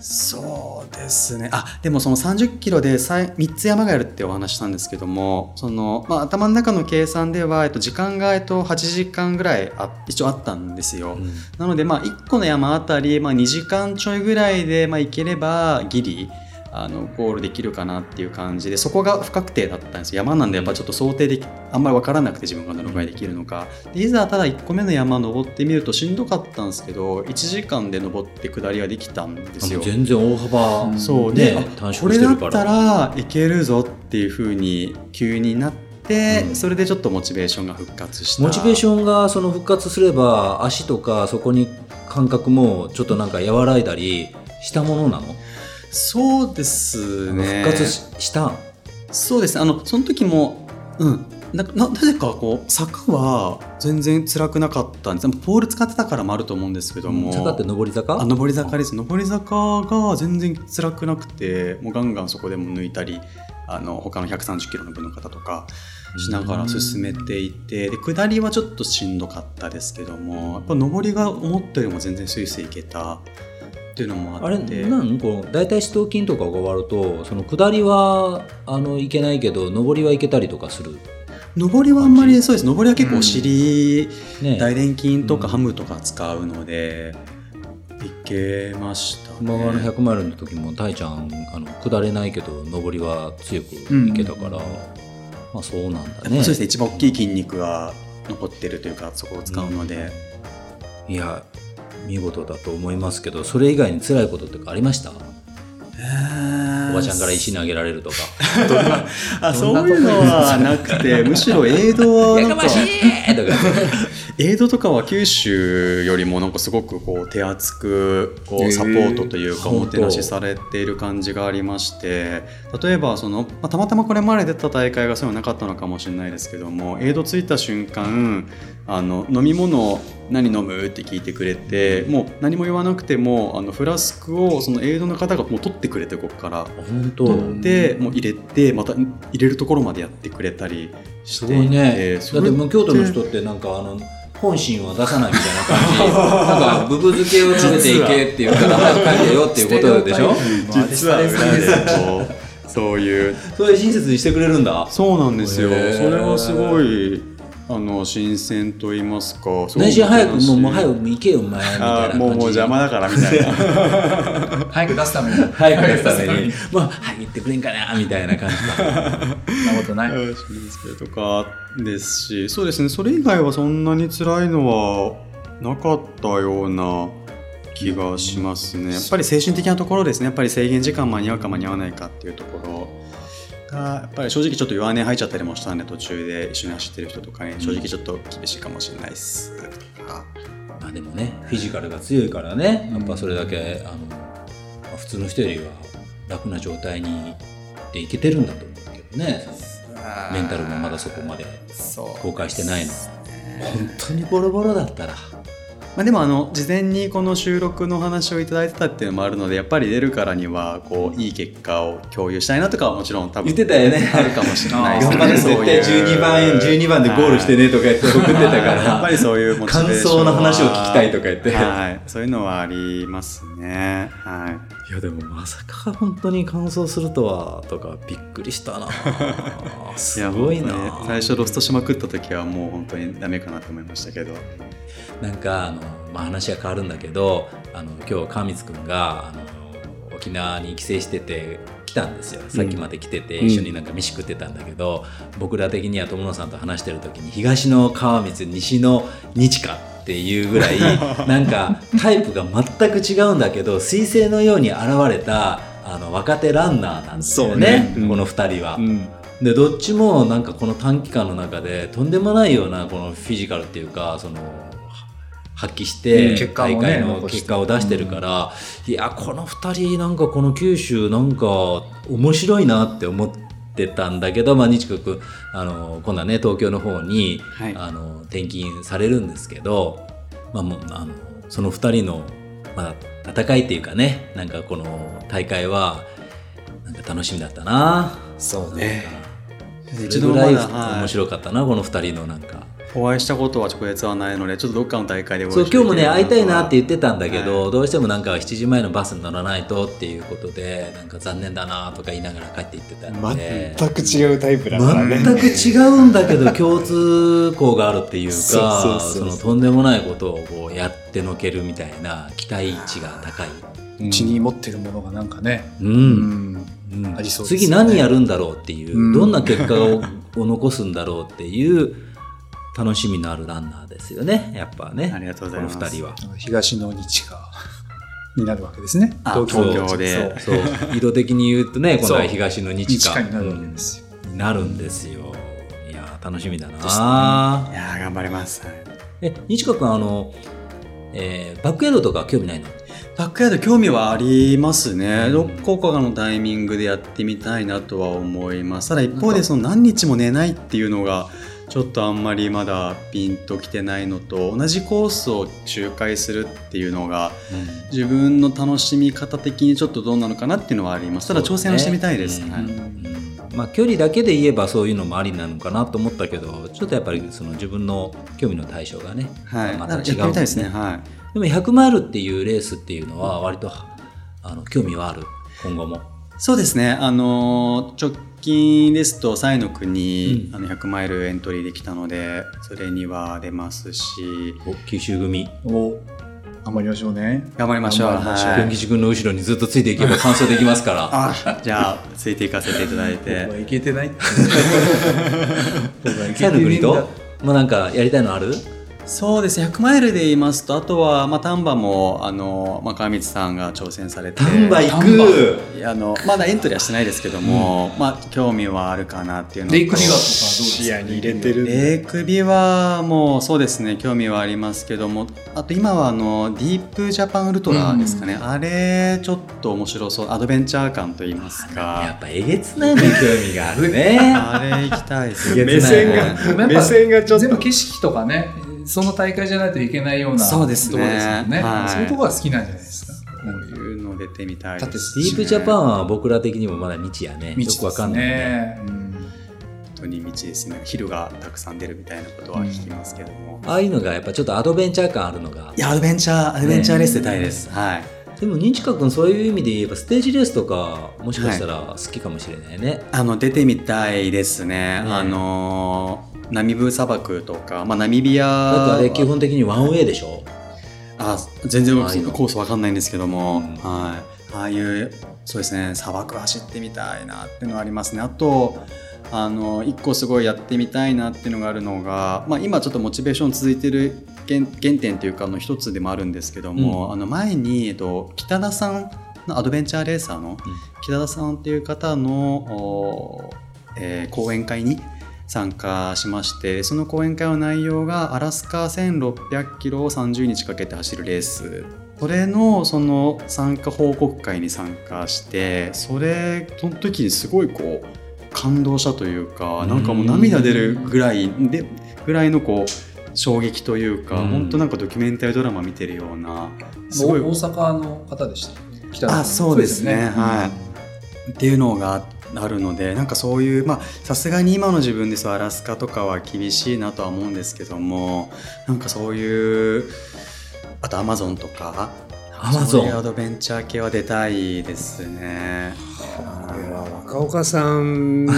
そうですねあでもその30キロで3つ山がやるってお話したんですけどもその、まあ、頭の中の計算では、えっと、時間が、えっと、8時間ぐらいあ一応あったんですよ、なのでまあ1個の山あたり、まあ、2時間ちょいぐらいでまあ行ければギリあのゴールできるかなっていう感じでそこが不確定だったんですよ山なんでやっぱちょっと想定できあんまり分からなくて自分がどのくらいできるのかでいざただ1個目の山登ってみるとしんどかったんですけど1時間で登って下りができたんです
あの
よ。
全然大幅、
うん
そ
ね
うで、あ
短
こ
縮し
れ
て
だ
る
っ
から
たらいけるぞっていうふうに急になって、
うん
それでちょっとモチベーションが復活した
モチベーションがその復活すれば足とかそこに感覚もちょっとなんか和らいだりしたものなの、
そうですね
復活ししたん
そうですねあのその時もうんなななぜかこう坂は全然辛くなかったんですでもポール使ってたからもあると思うんですけども
坂って上り坂
あ上り坂です上り坂が全然辛くなくてもうガンガンそこでも抜いたりあの他の130キロの部の方とかしながら進めていてで下りはちょっとしんどかったですけどもやっぱ上りが思ったよりも全然スイスイ行けたっていうのもあ
あ
っ
れ
て
なんこう大体四頭筋とかが終わるとその下りはあの行けないけど上りは行けたりとかする、
上りはあんまりそうです上りは結構お尻、
ね、
大臀筋と
う
か
ん
ハムとか使うので、いけました、ね。
熊川の100マイルの時もたいちゃんあの下れないけど上りは強く行けたから、まあそうなんだ
やっぱ
ね
そうですね、一番大きい筋肉が残ってるというか、そこを使うので。
いや見事だと思いますけどそれ以外に辛いこととかありましたお
お
ばちゃんから石投げられるとか
[laughs] あそういうのはなくてむしろ映
「
像は
や
な
か
んか
ましい!」とか
エイドとかは九州よりもなんかすごくこう手厚くこ
へー
うサポートというか
本
お
当
もてなしされている感じがありまして例えばその、まあたまたまこれまで出た大会がそういうのなかったのかもしれないですけどもエイド着いた瞬間あの飲み物何飲むって聞いてくれてもう何も言わなくてもあのフラスクをそのエイドの方がもう取ってくれてここから
本当、
取ってもう入れてまた入れるところまでやってくれたり
す
し
ご
てい
い
て
ね。だ
それ
って無京都の人ってなんかあの、本心は出さないみたいな感じ。なんか、ブブ漬けを食べていけっていうから早く帰れよっていうことでしょ
実は裏
[laughs]
でこうそういう
それ親切にしてくれるんだ。
そうなんですよ、
へー
それはすごいあの新鮮と言いますか
内心早く、もうもう
く
早く行けよ、お前。みたいな感じ。
もうもう邪魔だからみたいな
早く出すために。そ
早く出すために、もう、はい、言ってくれんかな、みたいな感じだ。
んなことない。
うん新助とかですしそうですねそれ以外はそんなに辛いのはなかったような気がしますねやっぱり精神的なところですねやっぱり制限時間間に合うか間に合わないかっていうところがやっぱり正直ちょっと弱音吐いちゃったりもしたんで途中で一緒に走ってる人とかに正直ちょっと厳しいかもしれないです、
[laughs] まあでもね、フィジカルが強いからね、やっぱそれだけ、あの、まあ普通の人よりは楽な状態にでいけてるんだと思うけどね。メンタルもまだそこまで崩壊してないの。本当にボロボロだったら。
まあ、でもあの事前にこの収録の話をいただいてたっていうのもあるのでやっぱり出るからにはこういい結果を共有したいなとかはもちろん多
言っ
分
てたよね [laughs]
あるかもしれない [laughs]
頑張れ、
ですね
絶対12番円、12番でゴールしてねとか言って送ってたか [laughs]
やっぱ
ら。
りそういうモチベーション
感想
は
の話を聞きたいとか言って
はい、そういうのはありますねはい
いやでもまさか本当に完走するとは、とかびっくり
[laughs]
したな。すごい
や本
な
当。に最初ロストしまくった時はもう本当にダメかなと思いましたけど
なんかあの、まあ、話は変わるんだけどあの今日川光くんがあの沖縄に帰省してて来たんですよさっきまで来てて、
うん
一緒になんか飯食ってたんだけど、僕ら的には友野さんと話してる時に東の川光西の日かっていうぐら
[laughs]
いなんかタイプが全く違うんだけど彗星のように現れたあの若手ランナーなんですよね
そうねうん
この2人は。
うん
でどっちもなんかこの短期間の中でとんでもないようなこのフィジカルっていうかそのは発揮して
うん結果をね
大会の
残して
結果を出してるから、いやこの2人なんかこの九州なんか面白いなって思ってたんだけど、まあ、日く君あの今度はね東京の方に、
はい
あの転勤されるんですけど、まあ、もうあのその2人の、まあ、戦いっていうかねなんかこの大会はなんか楽しみだったな。
そう
一
一
度
度
ぐ
も
らい
まだ、
面白かったな、この二人のなんか。
お会いしたことは直接はないのでちょっとどっかの大会でお
そう、
い
今日もね、会いたいなって言
っ
ってたんだけど、どうしてもなんか7時前のバスに乗らないとっていうことで、なんか残念だなとか言いながら帰って行ってたんで。
全く違うタイプだからね
全く違うんだけど共通項があるっていうか
そうそうそ
そ
うそう
のとんでもないことをこうやってのけるみたいな期待値が高い、
うちに持ってるものがなんかね。
う
うんん。
うん
ありそうですね
次何やるんだろうっていう、
うん
どんな結果を [laughs] を残すんだろうっていう楽しみのあるランナーですよねやっぱね
ありがとうございます
この2人は
東の日が [laughs] になるわけですね。
あ東京で
そ
そ
う
う色的に言うと
[laughs]
ねこの東の日
日
課
課になるわけですよ。
うんなるんですよいやー楽しみだ
です
な、
いやー頑張ります、はい
え日課君あの、えーバックヤードとか興味ないの
バックヤード興味はありますね。どこかのタイミングでやってみたいなとは思います。ただ一方でその何日も寝ないっていうのがちょっとあんまりまだピンときてないのと同じコースを周回するっていうのが自分の楽しみ方的にちょっとどうなのかなっていうのはあります。ただ挑戦はしてみたいです。
そうね
はい
うんまあ、距離だけで言えばそういうのもありなのかなと思ったけどちょっとやっぱりその自分の興味の対象がね、
はい。
ま
だ
た
から
違
や
う
ってみたいですね。はい。
でも100マイルっていうレースっていうのは割とあの興味はある今後も
そうですね、あの直近ですと、サイの国、
うん
あの100マイルエントリーできたので、それには出ますし、
お九州組
お頑張りましょうね。
頑張りましょう。
頑張りましょう
は
文
い
吉君の後ろにずっとついていけば完走できます
[laughs]
から
あじゃあ、ついていかせていただいて
僕。はいけてない。僕はいけ
サ
て
イの
ね
国
えんだ
ともうなんかやりたいのある
そうですね100マイルで言いますとあとは、まあ、丹波もあの、まあ、川光さんが挑戦されて
丹波行
丹
く
いやあのまだエントリーはしてないですけども、まあ、興味はあるかなっていうのと
レイクビワとかどうです
視
か
野に入れてるんだ
レイクビはもうそうですね興味はありますけどもあと今はあのディープジャパンウルトラですかね、あれちょっと面白そうアドベンチャー感と言います
やっ
か
ぱえげつないのに興味があるね。
[laughs] あれ行きたいです [laughs]
え
ね
げ
目
つないね
線
でも
が
やっぱ
目線がちょっ
全
と
部景色とかね、その大会じゃないといけないような
そうです
と
ね
ころですもんね、
はい
そういうところが好きなんじゃないですか。
こういうの出てみたいです
ディープジャパンは僕ら的にもまだ未知やね。
道
よくわかんないね。
ですねうん
本当に道ですね昼がたくさん出るみたいなことは聞きますけども、
ああいうのがやっぱちょっとアドベンチャー感あるのが
い。やアドベンチャーアドベンチャーレース出たいです、はい
でも、認知くんそういう意味で言えば、ステージレースとか、もしかしたら好きかもしれないね。
あの出てみたいですね、
ね
あのーナミブ砂漠とか、まあ、ナミビア
だってあれ、
は
基本的にワンウェイでしょ。
あ全然
ああいうの
コースわかんないんですけども、
うん
はい、ああいうそうですね砂漠走ってみたいなっていうのはありますねあとあの一個すごいやってみたいなっていうのがあるのが、まあ、今ちょっとモチベーション続いてる原原点というかあの一つでもあるんですけども、あの前に、えっと、北田さんのアドベンチャーレーサーの北田さんっていう方の、おーえー講演会に参加しましてその講演会の内容がアラスカ1600キロを30日かけて走るレースそれのその参加報告会に参加してそれその時にすごいこう感動したというかなんかもう涙出るぐらいでぐらいのこう衝撃というか
うん
本当なんかドキュメンタリードラマ見てるようなすごい
大阪の方でした。北田さん
あそうですね
そ
はいっていうのがあるのでなんかそういうまあさすがに今の自分ですとアラスカとかは厳しいなとは思うんですけどもなんかそういうあとアマゾンとか
アマゾ
そういうア
ン。
ドベンチャー系は出たいですね
これは若岡
[laughs]
さん
も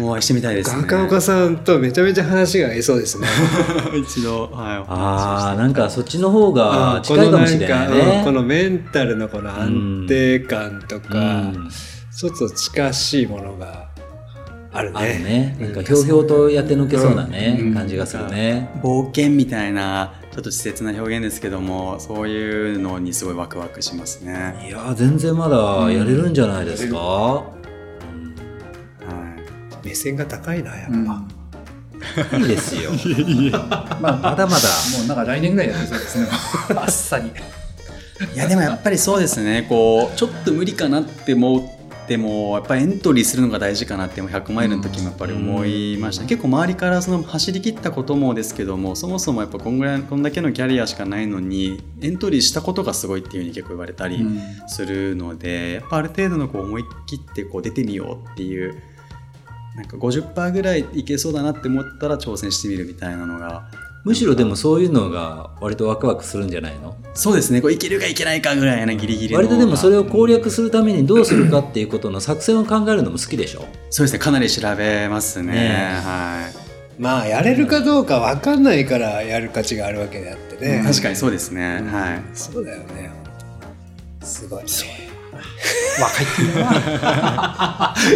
うお会いしてみたいですね
若岡さんとめちゃめちゃ話が合いそうですね
一度はいお話しし
あ
て
あ、なんかそっちの方が近
こ
い
の
かも
な
し
ん
れない
か
ね。
うんこのメンタルのこの安定感とか、
うん
ちょっと近しいものがあるね
あるね。なんかひょうひょうとやってのけそうなね、感じがするね。
冒険みたいなちょっと稚拙な表現ですけどもそういうのにすごいワクワクしますね
いやー、全然まだやれるんじゃないですか。
はい
目線が高いなやっ
うですねうん
ぱ、
いいですよ。まあ、まだまだ。
もうなんか来年ぐらいやってそうですね。あっさり。
いやでもやっぱりそうですねこうちょっと無理かなって思ってもやっぱりエントリーするのが大事かなってもう100マイルの時もやっぱり思いました、結構周りからその走り切ったこともですけどもそもそもやっぱこんぐらいこんだけのキャリアしかないのにエントリーしたことがすごいっていうふうに結構言われたりするので、やっぱある程度のこう思い切ってこう出てみようっていうなんか50%ぐらいいけそうだなって思ったら挑戦してみるみたいなのが
むしろでもそういうのが割とワクワクするんじゃないの
そうですねこういけるかいけないかぐらいなギリギリの
割とでもそれ
を
を攻略するためにどうするかっていうことの作戦を考えるのも好きでしょ
そうですね、かなり調べますね。
ね
はい。
まあやれるかどうか分かんないからやる価値があるわけであってね、
確かにそうですね。はい。
そうだよねすごい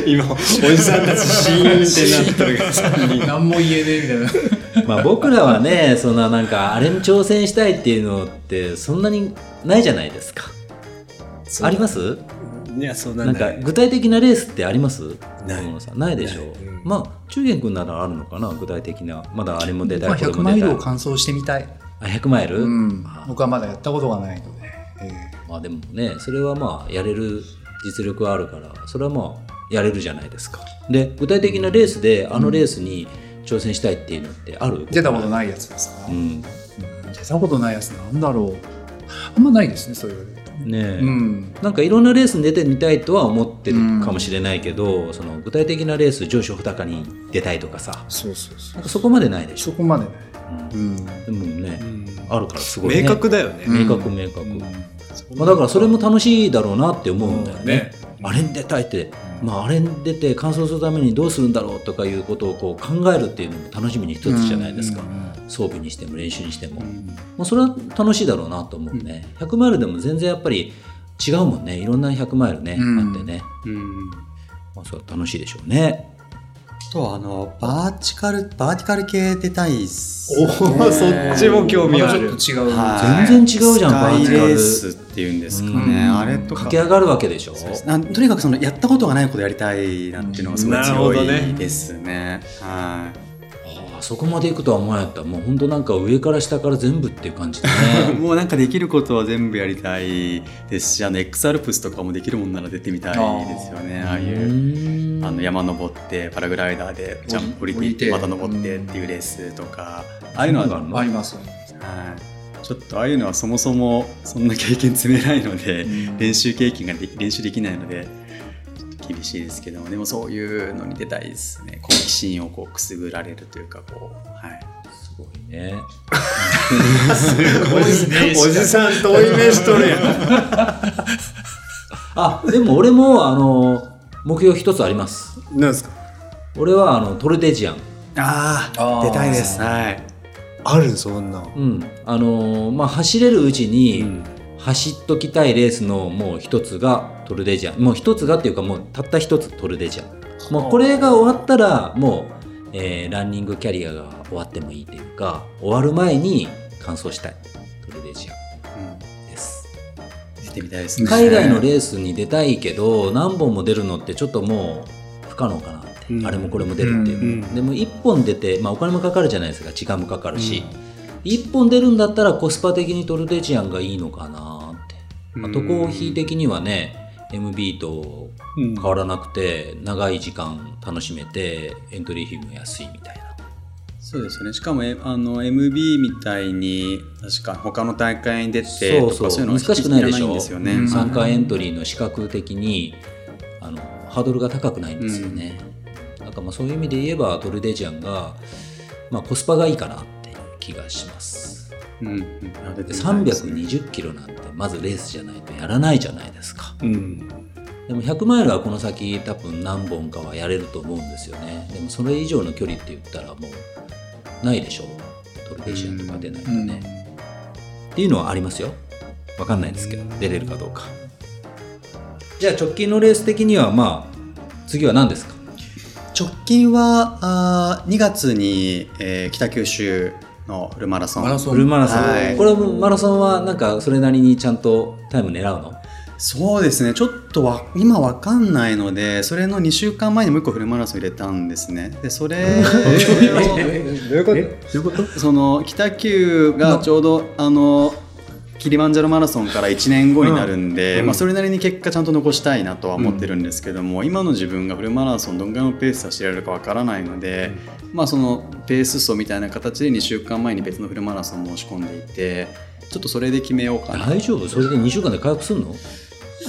今おじさんたちシーンってなってるからさ
何も言えねえみたいな。
まあ僕らはねそんななんかあれに挑戦したいっていうのってそんなにないじゃないですかあります
いやそんな
なんんか
い
具体的なレースってあります
ない
小野さんないでしょ
ないうん
まあ中元君ならあるのかな具体的なまだあれも出たい
まあ
これ
100
も
マイ
出た
ル
い
を完走してみたい。
あ100マイル、
うん
あ
僕はまだやったことがないので。え
まあでもねそれはまあやれる実力はあるからそれはまあやれるじゃないですかで具体的なレースであのレースに挑戦したいっていうのってある、
ー出たことないやつですか、
うんね
うん出たことないやつなんだろう。あんまないですね、そう言われると。
え、
うん。
なんかいろんなレースに出てみたいとは思ってるかもしれないけど、その具体的なレース上昇豊かに出たいとかさ
そうそうそ
なんかそこまでないでしょ、
そこまでね。
う
う
ん、
ん。
でもね、あるからすごい、ね、
明確だよね、
うん
明確明確、
うん
まあ、だからそれも楽しいだろうなって思うんだよね。
うん
あれに出たいって、まあ、あれに出て完走するためにどうするんだろうとかいうことをこう考えるっていうのも楽しみに一つじゃないですか、
うんうんうん
装備にしても練習にしても、
ん
まあ、それは楽しいだろうなと思うね、100マイルでも全然やっぱり違うもんねいろんな100マイルね、
うん
あってね、
うん。
まあ、それは楽しいでしょうね
あとはあの、バーチカル、バーティカル系出たいっす、
おーそっちも興味あ
ま
る
だちょっと違う。
はい
全然違うじゃん
スカイ
バーティカル
レースっていうんですかね。
うん
あれとか。
駆け上がるわけでしょ
そうですねあとにかくそのやったことがないことやりたいなっていうのがすごい
なるほ
強
どね
いですね。はい。
ああそこまで行くとは思わなかったもう本当なんか上から下から全部っていう感じでね
もうなんかできることは全部やりたいですし、あの X アルプスとかもできるもんなら出てみたいですよね。ああ [laughs] いう。
う
あの山登ってパラグライダーでジャンプ降
降
り
り
て
て
また登ってっていうレースとか、ああいうのは
の
あります。
はい、ちょっとああいうのはそもそもそんな経験積めないので、練習経験ができ練習できないのでちょっと厳しいですけどもでもそういうのに出たいですね好奇心をこうくすぐられるというかこう、はい、
すごいね
おじおじさん遠い目しとるやん
あでも俺もあの目標一つあります
なんですか
俺はあのトルテジアン
あ
あー
出たいですはい、
あるそんな
うんあのまあ走れるうちに、
うん
走っときたいレースのもう一つがトルデジアンもう一つがっていうかもうたった一つトルデジアンもうこれが終わったらもう、えーランニングキャリアが終わってもいいというか終わる前に完走したいトルデジアンです
うん、出てみたいですね
海外のレースに出たいけど何本も出るのってちょっともう不可能かなって、
うん
あれもこれも出るっていう、
うん
でも1本出て、まあ、お金もかかるじゃないですか時間もかかるし、1本出るんだったらコスパ的にトルデジアンがいいのかなってあとコーヒー的にはね MB と変わらなくて長い時間楽しめてエントリー費も安いみたいな
そうですよねしかもえあの MB みたいに確か他の大会に出てとかそういうのは
難しくないでし
ん
ょ
ですよね、
うん参
は
加
い
エントリーの資格的にあのハードルが高くないんですよね、なんかまあそういう意味で言えばトルデジアンが、まあ、コスパがいいかなっていう気がします
うんうんあ出
で
てみたいですね
320キロなんてまずレースじゃないとやらないじゃないですか
うん
でも100マイルはこの先多分何本かはやれると思うんですよねでもそれ以上の距離って言ったらもうないでしょトルデジアンとか出ないとね、っていうのはありますよわかんないですけど出れるかどうかじゃあ直近のレース的にはまあ次は何ですか
直近はあ2月に、えー北九州のフルマラソン
マラソ
フル
ン。
マラソン、
はい
これもマラソンはなんかそれなりにちゃんとタイム狙うの
そうですねちょっとわ今わかんないのでそれの2週間前にもう一個フルマラソン入れたんですねで [laughs] それ
どう
を
いうこ
ど
と
ういうこと
その北九がちょうどあのキリマンジャロマラソンから1年後になるんで、
うん
まあ、それなりに結果ちゃんと残したいなとは思ってるんですけども、今の自分がフルマラソンどんぐらいのペース走れるかわからないので、まあ、そのペース走みたいな形で2週間前に別のフルマラソン申し込んでいてちょっとそれで決めようかな。
大丈夫それで2週間で回復するの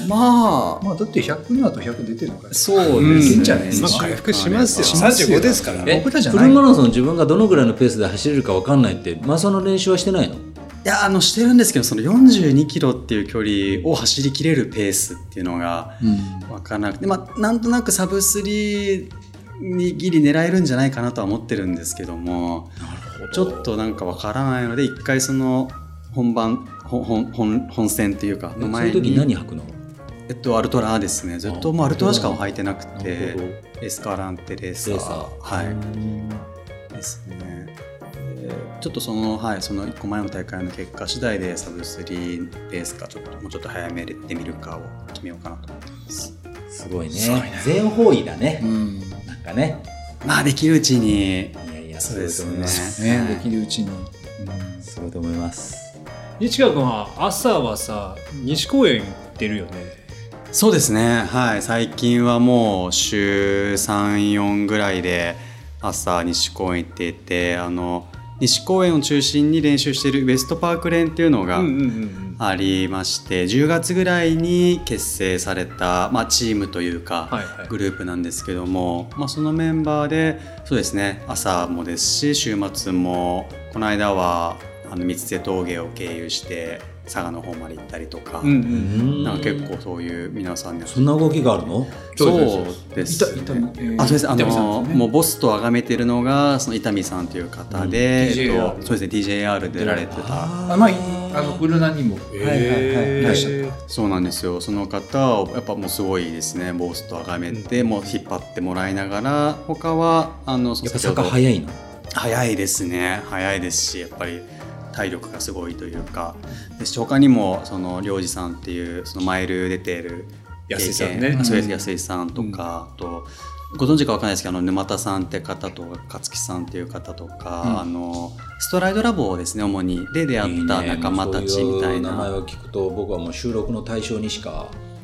まあ
まあだって100だと100出てるから。
そう
うん
ですね。
まあ回復しますよ35ですから
え
僕らじゃ
フ
な
ル
い
マラソン自分がどのぐらいのペースで走れるかわかんないってマラソンの練習はしてないの
いやあのしてるんですけどその42キロっていう距離を走りきれるペースっていうのが分からなくて、まあ、なんとなくサブ3にギリ狙えるんじゃないかなとは思ってるんですけどもちょっとなんか分からないので一回その本番ほほん本本戦っていうか
そ
の
う
前
いう時
に
何履くの
えっとアルトラですねずっ
あ
ともうアルトラしか履いてなく
なる
て
ほど
エスカランテレーサ
レ
ー
ーサ
は
う
い
ん
ですね。でちょっとその、はい、その1個前の大会の結果次第でサブ3レースかちょっともうちょっと早めで見るかを決めようかなと思います。
すごいね全方位だね、
うん。
なんかね
まあできるうちに、
いやいや
そうですね
ね、できるうちに。
すごいと思います
西川君は朝はさ西公園行ってるよね
そうですね、はい、最近はもう週3、4ぐらいで朝西公園行っていてあの西公園を中心に練習しているウエストパーク連っていうのが、
うんうん
ありまして10月ぐらいに結成された、まあ、チームというか、
はいはい
グループなんですけども、まあ、そのメンバーでそうですね朝もですし週末もこの間はあの三瀬峠を経由して佐賀の方まで行ったりとか、
うんう
うんん
なんか結構そういう皆さんに
そんな動きがあるの
そうで
痛
す
み
ね
痛みえー
あそうですあ
痛みさん
の
ですね
もうボスと崇めてるのがその伊丹さんという方で、
うん
えっ
DJR
と、そうですね DJR 出られてた
あまあ、あの、ウルナにも、いらっしゃった。
そうなんですよその方をやっぱもうすごいですねボースと崇めて、もう引っ張ってもらいながら他はあの
やっぱ
先ほ
坂
ど
早いの。
早いですね早いですしやっぱり体力がすごいというかですし他にもその領事さんっていうそのマイル出てる
安井さんね
あそうです安井さんとか、あとご存知かわかんないですけどあの沼田さんって方とか勝木さんっていう方とか、
うん
あのストライドラボをですね主にで出会った仲間たちみたい
ねもうそうう名前
な
を聞くと僕はもう収録の対象にしか思えない。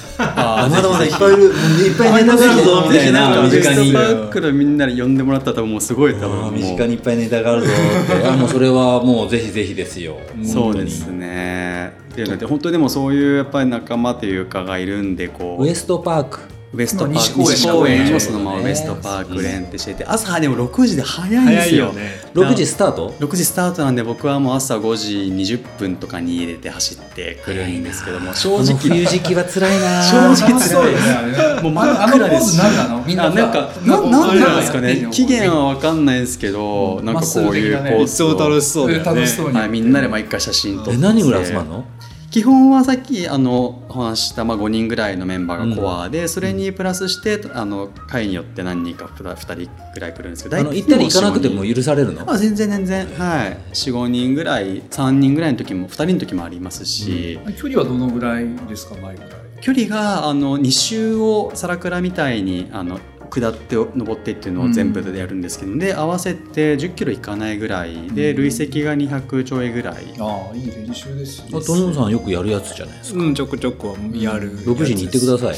[laughs] あー
まだまだいっぱいいる。いっぱいネタがあるぞみたいな。身
身
近
近に
に。
バックルみんなで呼んでもらったともうすごい多分もう
身近にいっぱいネタがあるぞ
[laughs]
って。あもうそれはもうぜひぜひですよ。
そうですね。っていうので本当にでもそういうやっぱり仲間というかがいるんでこ
ウ
う
エストパーク。
ウエストパーク
西公園
西公園をそのまま
ね
ウエストパーク連ってしてて朝でも6時で早いんで
早
す
い
よ
よ。ね
6時スタート
6時スタートなんで僕はもう朝5時20分とかに家出て走ってくるんですけども正
この
直
冬時期は辛いな
正直辛いです
そうよね。
もう
あの
真
あ
っ
の
暗
ポー
です
ズ
し
何なのみんな
あ
さ
なんかななんでなんですかね期限は分かんないですけど
うん
なんかこういう
まっすぐ的なね
こう
いつも楽しそうだよね
楽しそうに。
はいみんなで毎回写真撮って
え何人ぐらい集まるの
基本はさっきあのお話しした、まあ、5人ぐらいのメンバーがコアで、それにプラスしてあの会によって何人かふた2人ぐらい来るんですけど
あの行ったり行かなくても
い
許されるの
あ全然全然はい45人ぐらい3人ぐらいの時も2人の時もありますし、
距離はどのぐらいですか、前ぐらい。
距離があの2周をサラクラみたいにあの下って登ってっていうのを全部でやるんですけど、で合わせて1 0キロいかないぐらいで、
うん
累積が200ちょいぐらい
ああ、いい練習です
あトムさんよくやるやつじゃないですか。
うんちょくちょくはやる
6時に行ってくだ
さ
さ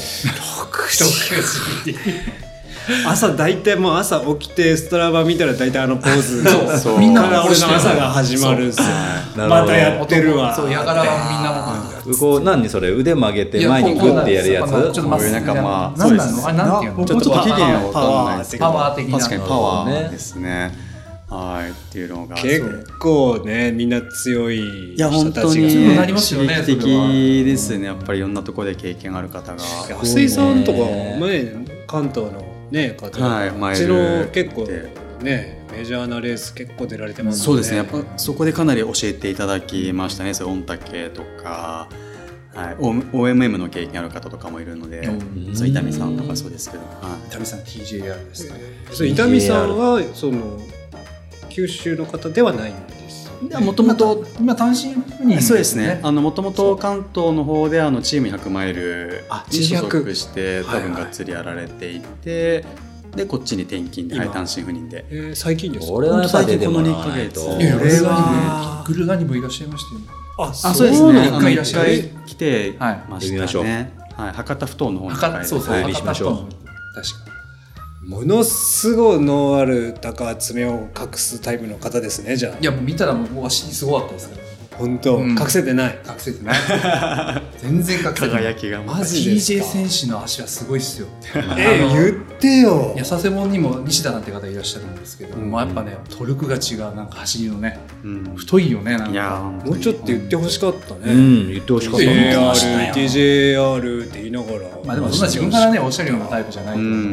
い。
い朝大体もう朝起きてストラバ見たら大体あのポーズ
そう
そう
みんな
か
も
ら
こう
俺
して
の
る
朝が始まるんですよ
なるほど
またやってるわ
そう、やからみんなもこうやって。
こう何それ腕曲げ
い
て
や
前にグッてやるやつ
こうこうちょっとまっすぐ
こういう仲間
何な
そうで
の
す
あれなんていうの
な
ちょっと期限は分かんないですけど
パワー的な
確かにパワーですね。はいっていうのが
結構ねみんな強い
いや
人
本
た
当
ち
に
が
そうな
ね
りますよね
刺激的ですねやっぱりいろんなところで経験ある方が。
安井さんとかね関東のね方々
はいうマイ
ち
ル
の結構
で
ねメジャーなレース結構出られてます
そう
もん
ですねやっぱそこでかなり教えていただきましたねそう御嶽とか、はい、O- OMM の経験ある方とかもいるので
うん
そう伊丹さんとかそうですけど、は
旅さん TJR ですね。
そう伊丹さんはその九州の方ではないんですよね
い、もともと
今単身赴任
そうですね。あのもともと関東の方であのチーム100マイル
あ
に所
チーム100
属して多分
はいはい
がっつりやられていて、でこっちに転勤で、
今
はい、単身赴任で。
えー最近ですか
俺はやっぱ出てもらわない
本
と
当
いやいや
これは
グルガニもいらっしゃいましたよね。
あ
あ、そうですね。
一
あの
回いらっ
一
しゃい
回来てま
はい呼びま
し
したょう
ね。はい、博多不当の方に
博多そうそう、
は
はいい
お呼び
博多
しましょう
確か
ものすごい能ある高爪を隠すタイプの方ですねじゃ
に。いや、もう見たらもう足すごかったですから。
あ本当、
うん
隠せてない
隠せてない。全然隠せてな
輝
い。
きがま
マジですか
TJ 選手の足はすごいっすよ。
え
あの
ー、言ってよ
いや佐世保にも西田なんて方いらっしゃるんですけど、
うん
まあ、やっぱねトルクが違うなんか走りのね
うん
太いよねなん
いや
か
もうちょっと言ってほしかった
う
ね、
ん言ってほしかったな
TJR TJR って言いながら
まあでもそんな自分からねおっしゃるようなタイプじゃないと
う
思う、
ん、
う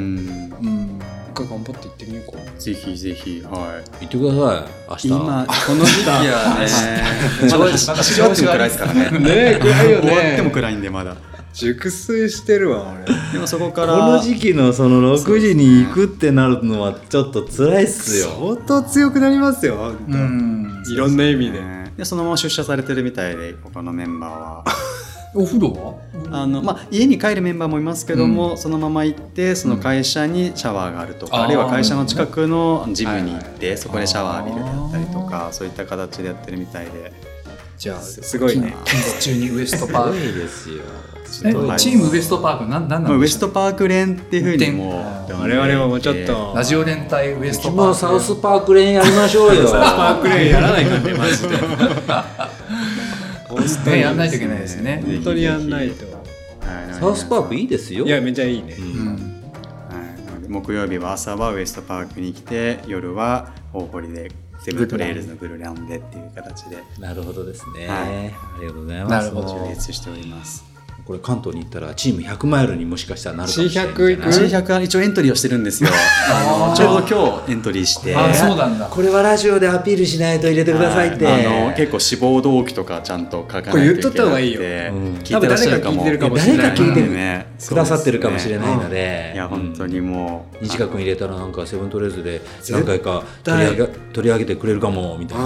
ん
一回頑張って言ってみようか
ぜひぜひはい。
言ってください明日
今この時期はね、 [laughs] まだ
まだ
始まっても暗いですか
[laughs]
らね。
ねえ暗いよね
終わっても暗いんでまだ。
熟睡してるわ俺
でもそこか
こ
ら
の時期のその6時に行くってなるのはちょっと辛いっすよ
相当強くなりますよ、本当
うん
いろんな意味で、
ねでそのまま出社されてるみたいで他のメンバーは [laughs]
お風呂は
あの、まあ、家に帰るメンバーもいますけども、そのまま行ってその会社にシャワーがあるとか、
うん
あるいは会社の近くのジムに行っ
は
て、そこでシャワー浴びるであったりとかそういった形でやってるみたいで
じゃあすごいね
近日中にウエストパーク
いですよ
ちょ
え
っとはい
チームウエストパークなんなんな
まあ
ん
ウエ
で
ス
した
ト
っ
パーク連っていうふうにも
あー
う
我々はもうちょっと
ラジオ連帯ウエス
一
トパー
番
ク
サウスパーク連やりましょう [laughs] よ
パークレイやらないかんねマ
[laughs]
ジで本
ねやんないといけないですね
ね
当にやんないと
サウスパークいい
で
ですよ
いやめちゃいいね、
うん
うん
はい、木曜日は朝はウエストパークに来て夜は大堀でセブントレイルズのグルランでっていう形で
なるほどですね、
はい
ありがとうござい
な
ま
る
す
ほど
充実しております。
これ関東に行ったらチーム100マイルにもしかしたらなるかもしれない
C100 行く
じゃない
C100 は一応エントリーをしてるんですよ。あのちょうど今日エントリーして。
あ、そうなんだ。
これはラジオでアピールしないと入れてくださいって。
はいあの結構志望動機とかちゃんと書かないといけなくて
これ言っとった方がいいよ
うん
聞いてらっしゃるかも
多分誰か聞いてるかも
しれない誰か聞いてる
ね
くださってるかもしれないので。
いや本当にもう
西川君入れたらなんかセブントレーズで何回か取り上げ取り上げてくれるかもみたいな、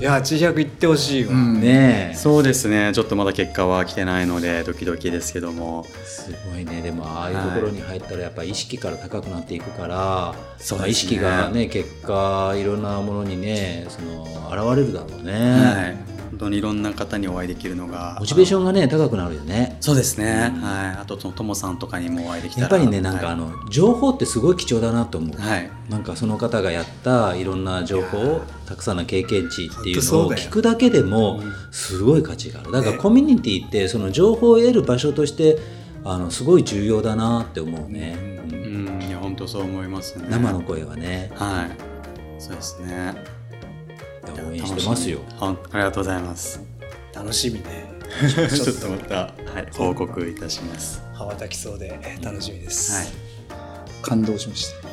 いや千百行ってほしいよ、
うん
ねえ
そうですねちょっとまだ結果は来てないのでドキドキですけども
すごいねでもああいうところに入ったらやっぱ意識から高くなっていくから、
そうですね
まあ意識がね結果いろんなものにねその現れるだろうね、
はい本当にいろんな方にお会いできるのが
モチベーショ
ン
ンがね高くなるよね
そうですねはいあとそのともさんとかにもお会いできたら
やっぱりねなんか
は
あ
い
の情報ってすごい貴重だなと思う、
はい
なんかその方がやったいろんな情報たくさんの経験値ってい
本当
うの
そう
を
だよ
聞くだけでもすごい価値があるだからコミュニティってその情報を得る場所としてあのすごい重要だなって思うね、う
うんんいや本当そう思いますね
生の声はね
はいそうですね
いや応援してますよ
楽しみほんありがとうござ
[laughs]
います
楽しみ
[laughs]
ね
ちょっとまた、はい、報告いたします。
羽ばたきそうで楽しみです、
はい。
感動しました。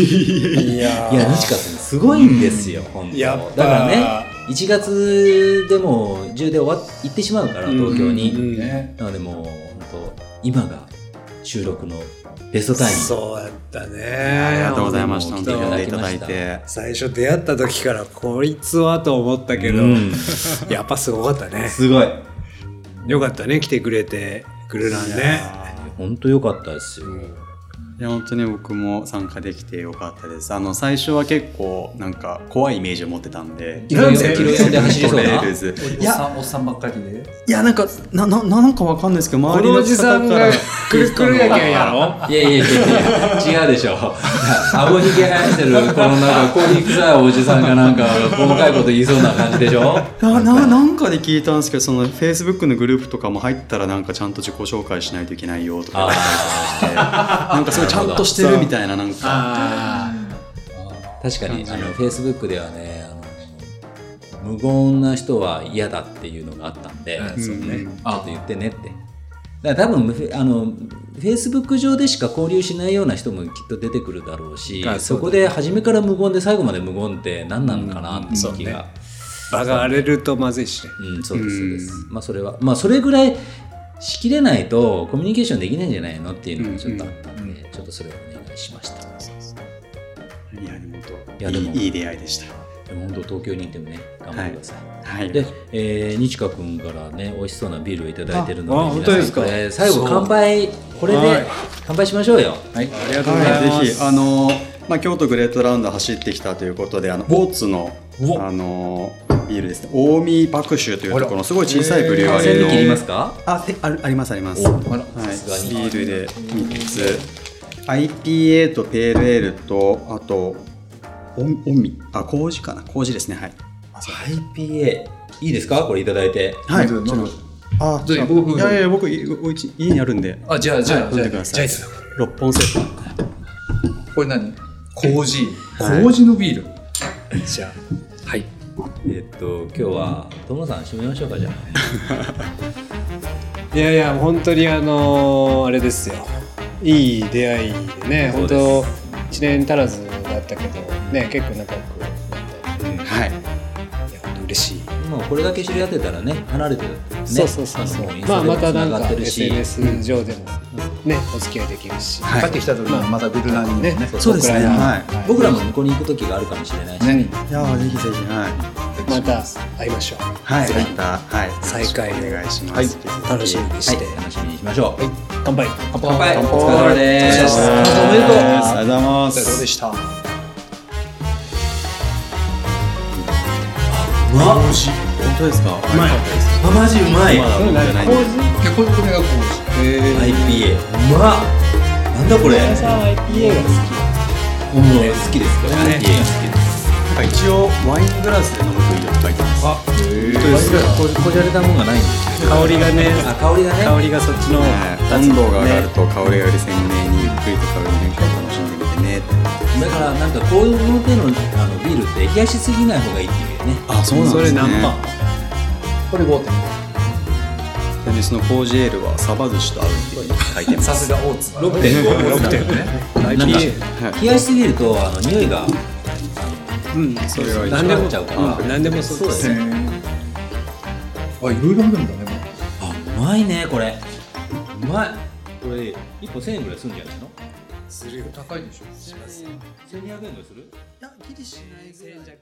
いやー
いや西川さんすごいんですよ、本当
やっぱ
だからね1月でも10で終わっ行ってしまうから東京に、
うん
ね。
なのでもう本当今が収録のベストタイム
そうやった
あり
ね
がとうございました。
も
本
う
当に呼んで
来
い
てい
た
た
だ
だ
い
きました
て。
最初出会った時からこいつはと思ったけど、
うん
[laughs] やっぱすごかったね
すごい
よかったね来てくれてくれなんね
本当良かったですよ、
いや本当に僕も参加できてよかったです。あの最初は結構なんか怖いイメージを持ってたんで。
いろいろ
なんで
いろいろで走りそう
ト
な
レイルズ
お
い
じ
や
さん、おっさんばっかりで。
いやなんかなななんかわかんないですけど
こ
周り
のお
の
じさん
方か
が
ら
くるくるやけんやろ
いやいやいやいや違うでしょ顎ひげ生やしてるこのなんかコーヒー臭いおじさんがなんか細かいこと言いそうな感じでしょ
なななんかで聞いたんですけどそのフェイスブックのグループとかも入ったらなんかちゃんと自己紹介しないといけないよとか言われたりとかしてなんかそれちゃんとしてるみたいななんか
あ
確かにあのフェイスブックではねあの無言な人は嫌だっていうのがあったんで、
うん
そう
う
ね
ん、
あと言ってねって。だから多分フェあのフェイスブック上でしか交流しないような人もきっと出てくるだろうし
あ
そ
そうだね
こで初めから無言で最後まで無言って何なのかなって
そう
時
ね
が、
ー場が荒れるとまずいしね
うん、そうです、そうです
う。
まあ、それは、まあ、それぐらいしきれないとコミュニケーションできないんじゃないのっていうのがちょっとあったんで、ちょっとそれをお願いしました。
いやでも本
い
当
やでも
いいいい出会いでした。
でも本当、東京にいてもね、頑張ってください。
はい。
で、えー、日香君からね、美味しそうなビールをいただいてる
ああ
ので、皆
本
さ
当
ん
ですか
これ最後、乾杯、これ
は
で
い
乾杯しましょうよ。
はい。
ありがとうございま
はい、
す
ぜひあのまあ京都グレートラウンド走ってきたということであの大津のあのビールですね近江麦酒というところのすごい小さいブリュワリ
千
ー
で切り
の、
ますか
あてあるありますあります、
お
はい、
あら。
さすがに
ビールで三つ IPA とペールエールとあとおんおみあ麹かな麹ですねはい
?IPA。いいですかこれいただいて。
はい
どうぞどうぞ
あ
どうぞ
じゃあ
僕
いやいや僕いおうち家にあるんで
あ、じゃあ、じゃあ、
飲
じ
ん
ゃ
で
あ
く、ださい
じゃあいつ
六本セッ
これ何麹。
はい
麹のビール。
じゃあ
はい。
えっと、今日は、トモさん、締めましょうか、じゃあ。
いやいや本当にあのーあれですよいい出会いでね
そう
本
です
当1年足らずだったけどね結構仲良くなったんで
トはい
いや本当嬉しい、
もうこれだけ知り合ってたらね離れてるってね
そうそうそうそう
あのもインス
ま
タ
あ
でも
また
つ
な
なんがっ
か
てるし、
SNS 上でもねお付き合いできるし、
はい
帰ってきた時にまたグルナに
ね
ね。
そうですね
僕らが
はい
はい
僕らも向こうに行く時があるかもしれないし、
何
いやーぜひぜひはい
また会いましょう
はい、また、はい、
再開を
お願いします。
はい
楽しみにして、
はい、楽しみにしましょう、
乾杯
乾
乾
杯
杯。
お疲れ様です
お疲れ様です
おめでとう
ありがとうございま
お疲れ様
す
で。した
まっ
本当ですか。うまい。
マジうまい
まだ飲んでないんで。
で、これ、これが麹。え
IPA うまっなんだこれ
皆さん IPA が好き
もう好きですから、IPA が
ね
好きです
なんか一応ワイングラスで飲むといいよって書いてます。
あ
ここじゃれたもんがないんです
香りがね
あ香りがね
香りがそっちの方が
はい温度が上がると香りがより鮮明にゆっくりと香りの変化を楽しんでみてねって。
だからなんかこういう手のあのビールって冷やしすぎない方がいいっていうね
あ、そうなんで
それ
すね。
何パー
これ5点。
ちなみにそのコージエールはサバ寿司と合うっていうふうに書いてま
さ
す
すが大津だ。
6.5
6点ね。
[laughs] なんか冷やしすぎるとあの匂いが
うん、そう
それは
そう。
一
何
番
で
な
も
っちゃうから、
うん何でもそうです。
そうだよね
あ、いろいろあるんだね。
あうまいねこれうまいこれ一本1000円ぐらいするんじゃないの
するよ。高いでしょ。
1200円ぐらいする
いやギリしないぐらい